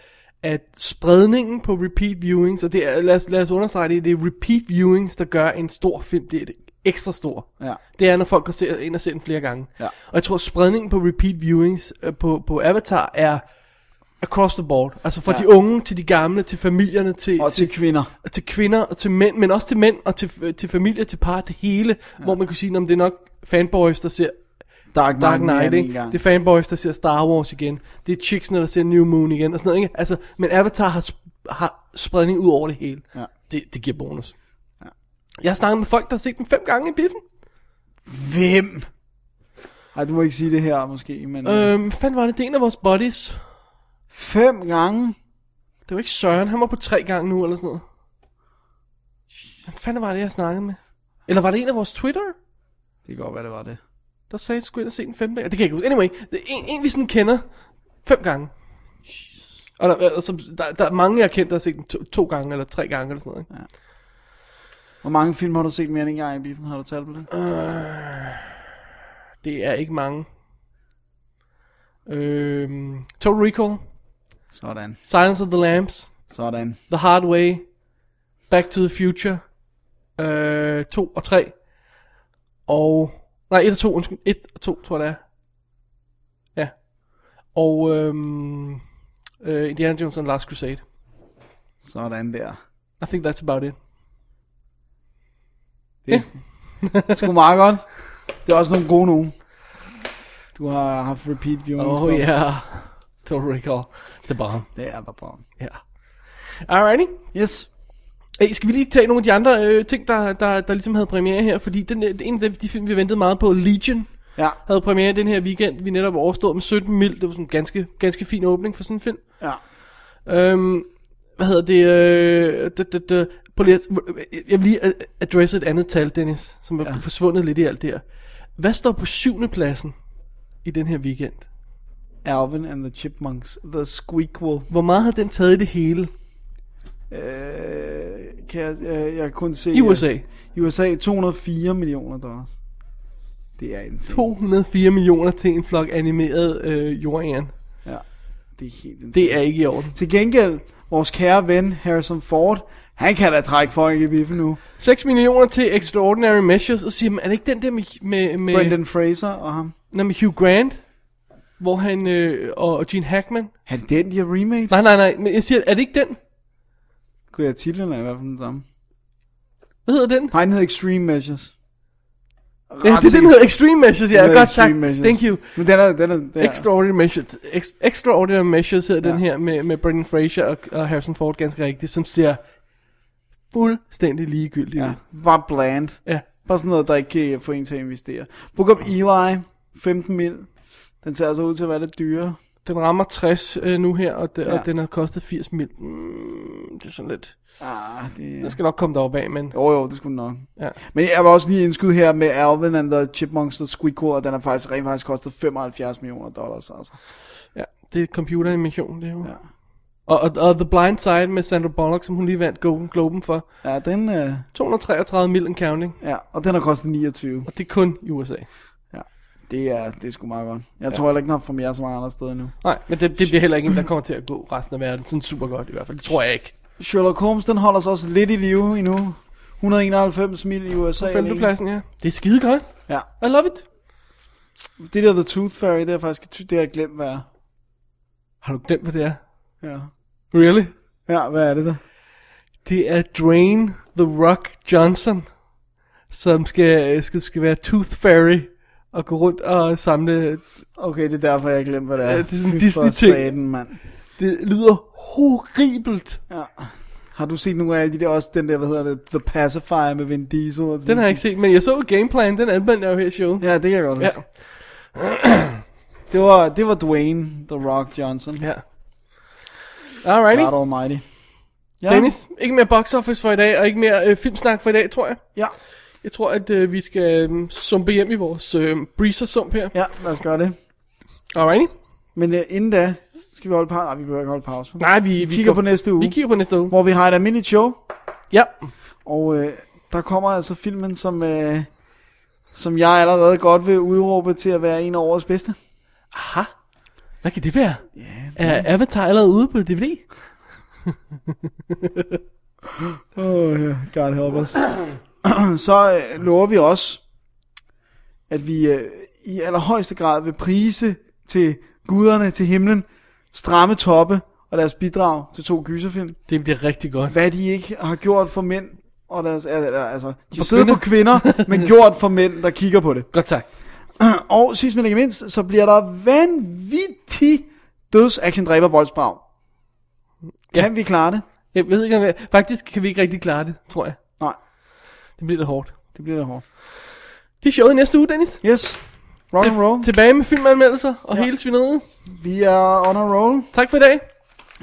at spredningen på repeat viewings, og det er, lad, os, lad os understrege det, det er repeat viewings, der gør en stor film bliver et ekstra stor. Ja. Det er, når folk går se- ind og ser den flere gange. Ja. Og jeg tror, spredningen på repeat viewings øh, på, på Avatar er across the board. Altså fra ja. Ja. de unge til de gamle, til familierne, til, Og til kvinder. til kvinder og til mænd, men også til mænd og til, øh, til familier, til par, det hele, ja. hvor man kunne sige, om det er nok fanboys, der ser Dark Knight, Dark Knight, mere end ikke? en gang. Det er fanboys, der ser Star Wars igen. Det er chicksene, der ser New Moon igen, og sådan noget, ikke? Altså, men Avatar har, sp- har spredning ud over det hele. Ja. Det, det giver bonus. Ja. Jeg har snakket med folk, der har set den fem gange i biffen. Hvem? Ej, du må ikke sige det her, måske, men... Øh. Øhm, fandt var det, det er en af vores buddies. Fem gange? Det var ikke Søren, han var på tre gange nu, eller sådan noget. Hvad fanden var det, jeg snakkede med? Eller var det en af vores Twitter? Det kan godt være, det var det. Der sagde, at jeg skulle ind og se den femte. Det kan jeg ikke huske. Anyway, det er en, en vi sådan kender fem gange. Og der, og som, der, der er mange, jeg kender, der har set den to, to gange eller tre gange eller sådan noget. Ikke? Hvor mange film har du set mere end en gang i biffen? Har du talt på det? Øh. Det er ikke mange. Øhm, Total Recall, Sådan. Silence of the Lambs, Sådan. The Hard Way, Back to the Future, øh, 2 og 3, og... Nej, 1 og 2, undskyld. 1 og 2, tror jeg det er. Ja. Og øhm, øh, Indiana Jones and the Last Crusade. Sådan der. I think that's about it. Det er, sgu- det er sgu meget godt. Det er også nogle gode nogen. Du har haft repeat viewings på. Oh yeah. Total Recall. The bomb. Det er der bare. Yeah. Alrighty. Yes. Hey, skal vi lige tage nogle af de andre øh, ting, der, der, der ligesom havde premiere her? Fordi den, øh, en af de film, vi ventede meget på, Legion, Ja, havde premiere den her weekend. Vi netop overstod med 17 mil. Det var sådan en ganske, ganske fin åbning for sådan en film. ja. Øhm, hvad hedder det? Øh, d- d- d- prøv lige at, jeg vil lige øh, adresse et andet tal, Dennis, som er ja. forsvundet lidt i alt det her. Hvad står på syvende pladsen i den her weekend? Alvin and the Chipmunks. The Squeakquel. Hvor meget har den taget i det hele Øh, kan jeg, øh, jeg kan kun se... i USA? I USA 204 millioner dollars. Det er insane. 204 millioner til en flok animeret øh, jordæren. Ja. Det er helt insane. Det er ikke i orden. Til gengæld, vores kære ven Harrison Ford, han kan da trække folk i biffen nu. 6 millioner til Extraordinary Measures, og siger man, er det ikke den der med, med, med, Brendan Fraser og ham. nej, med Hugh Grant, hvor han, øh, og, og Gene Hackman? Er det den, de har remade? Nej, nej, nej, men jeg siger, er det ikke den? Kunne jeg titlen er i hvert fald den samme. Hvad Hvad hedder den? Nej, den hedder Extreme Measures. Ja, det er den, der hedder Extreme Measures. Ja, Den hedder godt tak. Extreme Measures. Thank you. Men den er, den er, den er Extraordinary Measures, Ex- Extraordinary Measures hedder Ja. den her med, med Brendan Fraser og, og Harrison Ford ganske rigtigt, som ser fuldstændig ligegyldig ja. ja, ud. var bland. Ja. Bare sådan noget, der ikke kan få en til at investere. Book of Eli, 15 mil. Den ser altså ud til at være lidt dyrere. Den rammer 60 øh, nu her, og, de, ja. Ja. og den har kostet 80 mil. Mm, det er sådan lidt... Ah, det... Jeg skal nok komme derop af, men... Jo, jo, det skulle den nok. Ja. Men jeg var også lige indskud her med Alvin and the Chipmunks the Squeakquel, og den har faktisk rent faktisk kostet 75 millioner dollars. Altså. Ja, det er computeranimation, det er jo. Ja. Og, og, og The Blind Side med Sandra Bullock, som hun lige vandt Golden Globen for. Ja, den, øh, 233 mil and counting, ja, og den har kostet 29. og det er kun i USA. Det er, det er sgu meget godt. Jeg ja. tror heller ikke, den har fra mere så mange andre steder nu. Nej, men det, det bliver heller ikke en, der kommer til at gå resten af verden sådan super godt i hvert fald. Det tror jeg ikke. Sherlock Holmes, den holder sig også lidt i live endnu. 191 mil i USA. alene. Femtepladsen, ja. Det er skide godt. Ja. I love it. Det der The Tooth Fairy, det har jeg faktisk det har jeg glemt, hvad er. Har du glemt, hvad det er? Ja. Really? ja, hvad er det der? Det er Dwayne The Rock Johnson, som skal, skal, skal være Tooth Fairy og gå rundt og samle... Okay, det er derfor, jeg har glemt, hvad det er. Ja, det er sådan en Fy for Disney-ting. satan, mand. Det lyder horribelt. Har du set nogle af alle de der, også den der, hvad hedder det, The Pacifier med Vin Diesel? Og sådan Den har jeg ikke set, men jeg så gameplan, den anmeldte jeg jo her i showet. Ja, det kan jeg godt Ja. huske. Det var, det var Dwayne The Rock Johnson. ja. Alrighty. God almighty. Ja. Dennis, ikke mere box office for i dag, og ikke mere øh, filmsnak for i dag, tror jeg. Ja. Jeg tror, at øh, vi skal øh, sumpe hjem i vores øh, breezer-sump her. ja, lad os gøre det. Alrighty. Men uh, inden da, skal vi holde pause. Nej, vi behøver ikke holde pause. Nej, vi, vi, kigger går- på næste uge. Vi kigger på næste uge. Hvor vi har et almindeligt show, Ja. og uh, der kommer altså filmen, som, uh, som jeg allerede godt vil udråbe til at være en af årets bedste. Aha. Hvad kan det være? Yeah, er Avatar allerede ude på DVD? Åh, oh, God help us. Så øh, lover vi også, at vi øh, i allerhøjeste grad vil prise til guderne til himlen, stramme toppe og deres bidrag til to gyserfilm. Det bliver rigtig godt. Hvad de ikke har gjort for mænd, og deres, al- al- altså, de For sidder på kvinder, men gjort for mænd, der kigger på det. Godt tak. Og sidst men ikke mindst, så bliver der vanvittig døds action dræber voldsbrag. Kan vi klare det? Jeg ved ikke, om jeg... Faktisk kan vi ikke rigtig klare det, tror jeg. Nej, Det bliver lidt hårdt. det bliver da hårdt. Det er showet i næste uge, Dennis. Yes, rock and roll. Tilbage med filmanmeldelser og ja. hele svineriet. Vi er on a roll. Tak for i dag.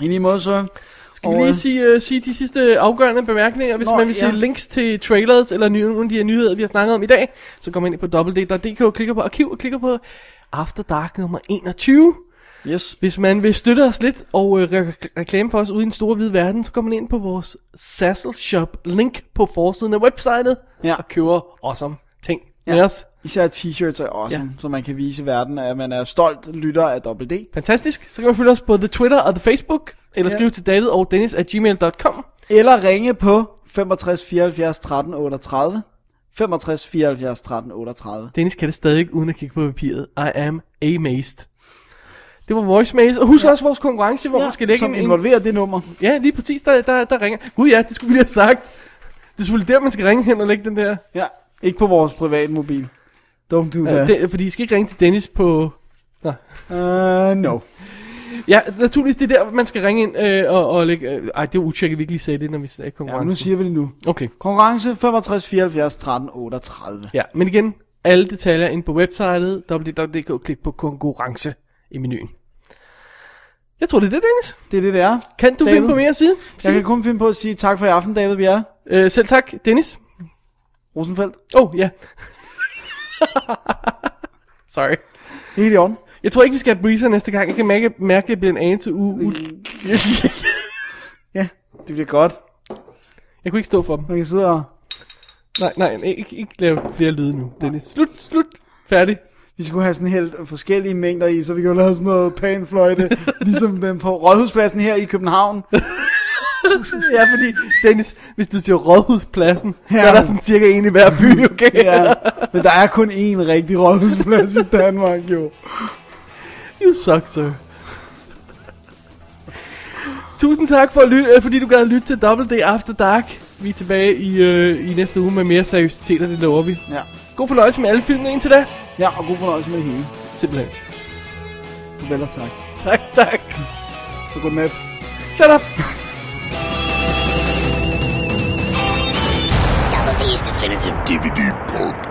I lige måde, så. Skal vi lige sige, uh, sige de sidste afgørende bemærkninger? Hvis Nå, Nå, man vil se ja. links til trailers eller nye, nogle af de her nyheder, vi har snakket om i dag, så går man ind på www.dk og klikker på arkiv og klikker på After Dark nummer 21. Yes. Hvis man vil støtte os lidt og øh, re- reklame for os ude i den store hvide verden, så går man ind på vores Sassel Shop link på forsiden af websitet Ja. og køber awesome ting ja. med Ja. os. Især t-shirts er awesome, ja. så man kan vise verden, at man er stolt lytter af Double D. Fantastisk. Så kan man følge os på The Twitter og The Facebook, eller Ja. ja. skrive til David og Dennis at gmail.com. Eller ringe på 65 74 13 38. 65 74 13 38. Dennis kan det stadig ikke uden at kigge på papiret. I am amazed. Det var voicemails. Og husk ja. også vores konkurrence, hvor ja, man skal lægge som en... en- involverer det nummer. Ja, lige præcis. Der, der, der ringer... Gud ja, det skulle vi lige have sagt. Det er selvfølgelig der, man skal ringe hen og lægge den der... Ja. Ikke på vores private mobil. Don't do Ja. that. Det, fordi I skal ikke ringe til Dennis på... Uh, no. Ja, naturligvis, det er der, man skal ringe ind øh, og, og lægge... Øh, ej, det er utjekket, vi ikke lige sagde det, når vi sagde Ja, konkurrence. men nu siger vi det nu. Okay, Konkurrence 65 74 13 38. ja. Men igen, alle detaljer ind på websitet, www.dk, klik på konkurrence i menuen. Jeg tror, det er det, Dennis. Det er det, det er. Kan du David? finde på mere side? Jeg kan kun finde på at sige tak for i aften, David Bjerre. Øh, selv tak, Dennis. Rosenfeldt. Oh, ja. Sorry. Det er helt i orden. Jeg tror ikke, vi skal have breezer næste gang. Jeg kan mærke, mærke at jeg bliver en anelse u... u- Ja, det bliver godt. jeg kunne ikke stå for dem. Man kan sidde og... Nej, nej, nej, ikke, ikke lave flere lyde nu, Dennis. Slut, slut. Færdig. Vi skulle have sådan helt forskellige mængder i, så vi kunne lave sådan noget panfløjte, ligesom den på Rådhuspladsen her i København. Ja, fordi, Dennis, hvis du siger Rådhuspladsen, ja. så Ja. er der sådan cirka en i hver by, okay? Ja, men der er kun én rigtig Rådhusplads i Danmark, jo. You suck, sir. Tusind tak, for at lytte, øh, fordi du gad at lytte til Double D After Dark. Vi er tilbage i, øh, i næste uge med mere seriøsitet, og det lover vi. Ja. God fornøjelse med alle filmene indtil da. ja, og god fornøjelse med det hele. Simpelthen. Vel og tak. Tak, tak. Og godnat. Shut up. Double D's Definitive DVD Podcast.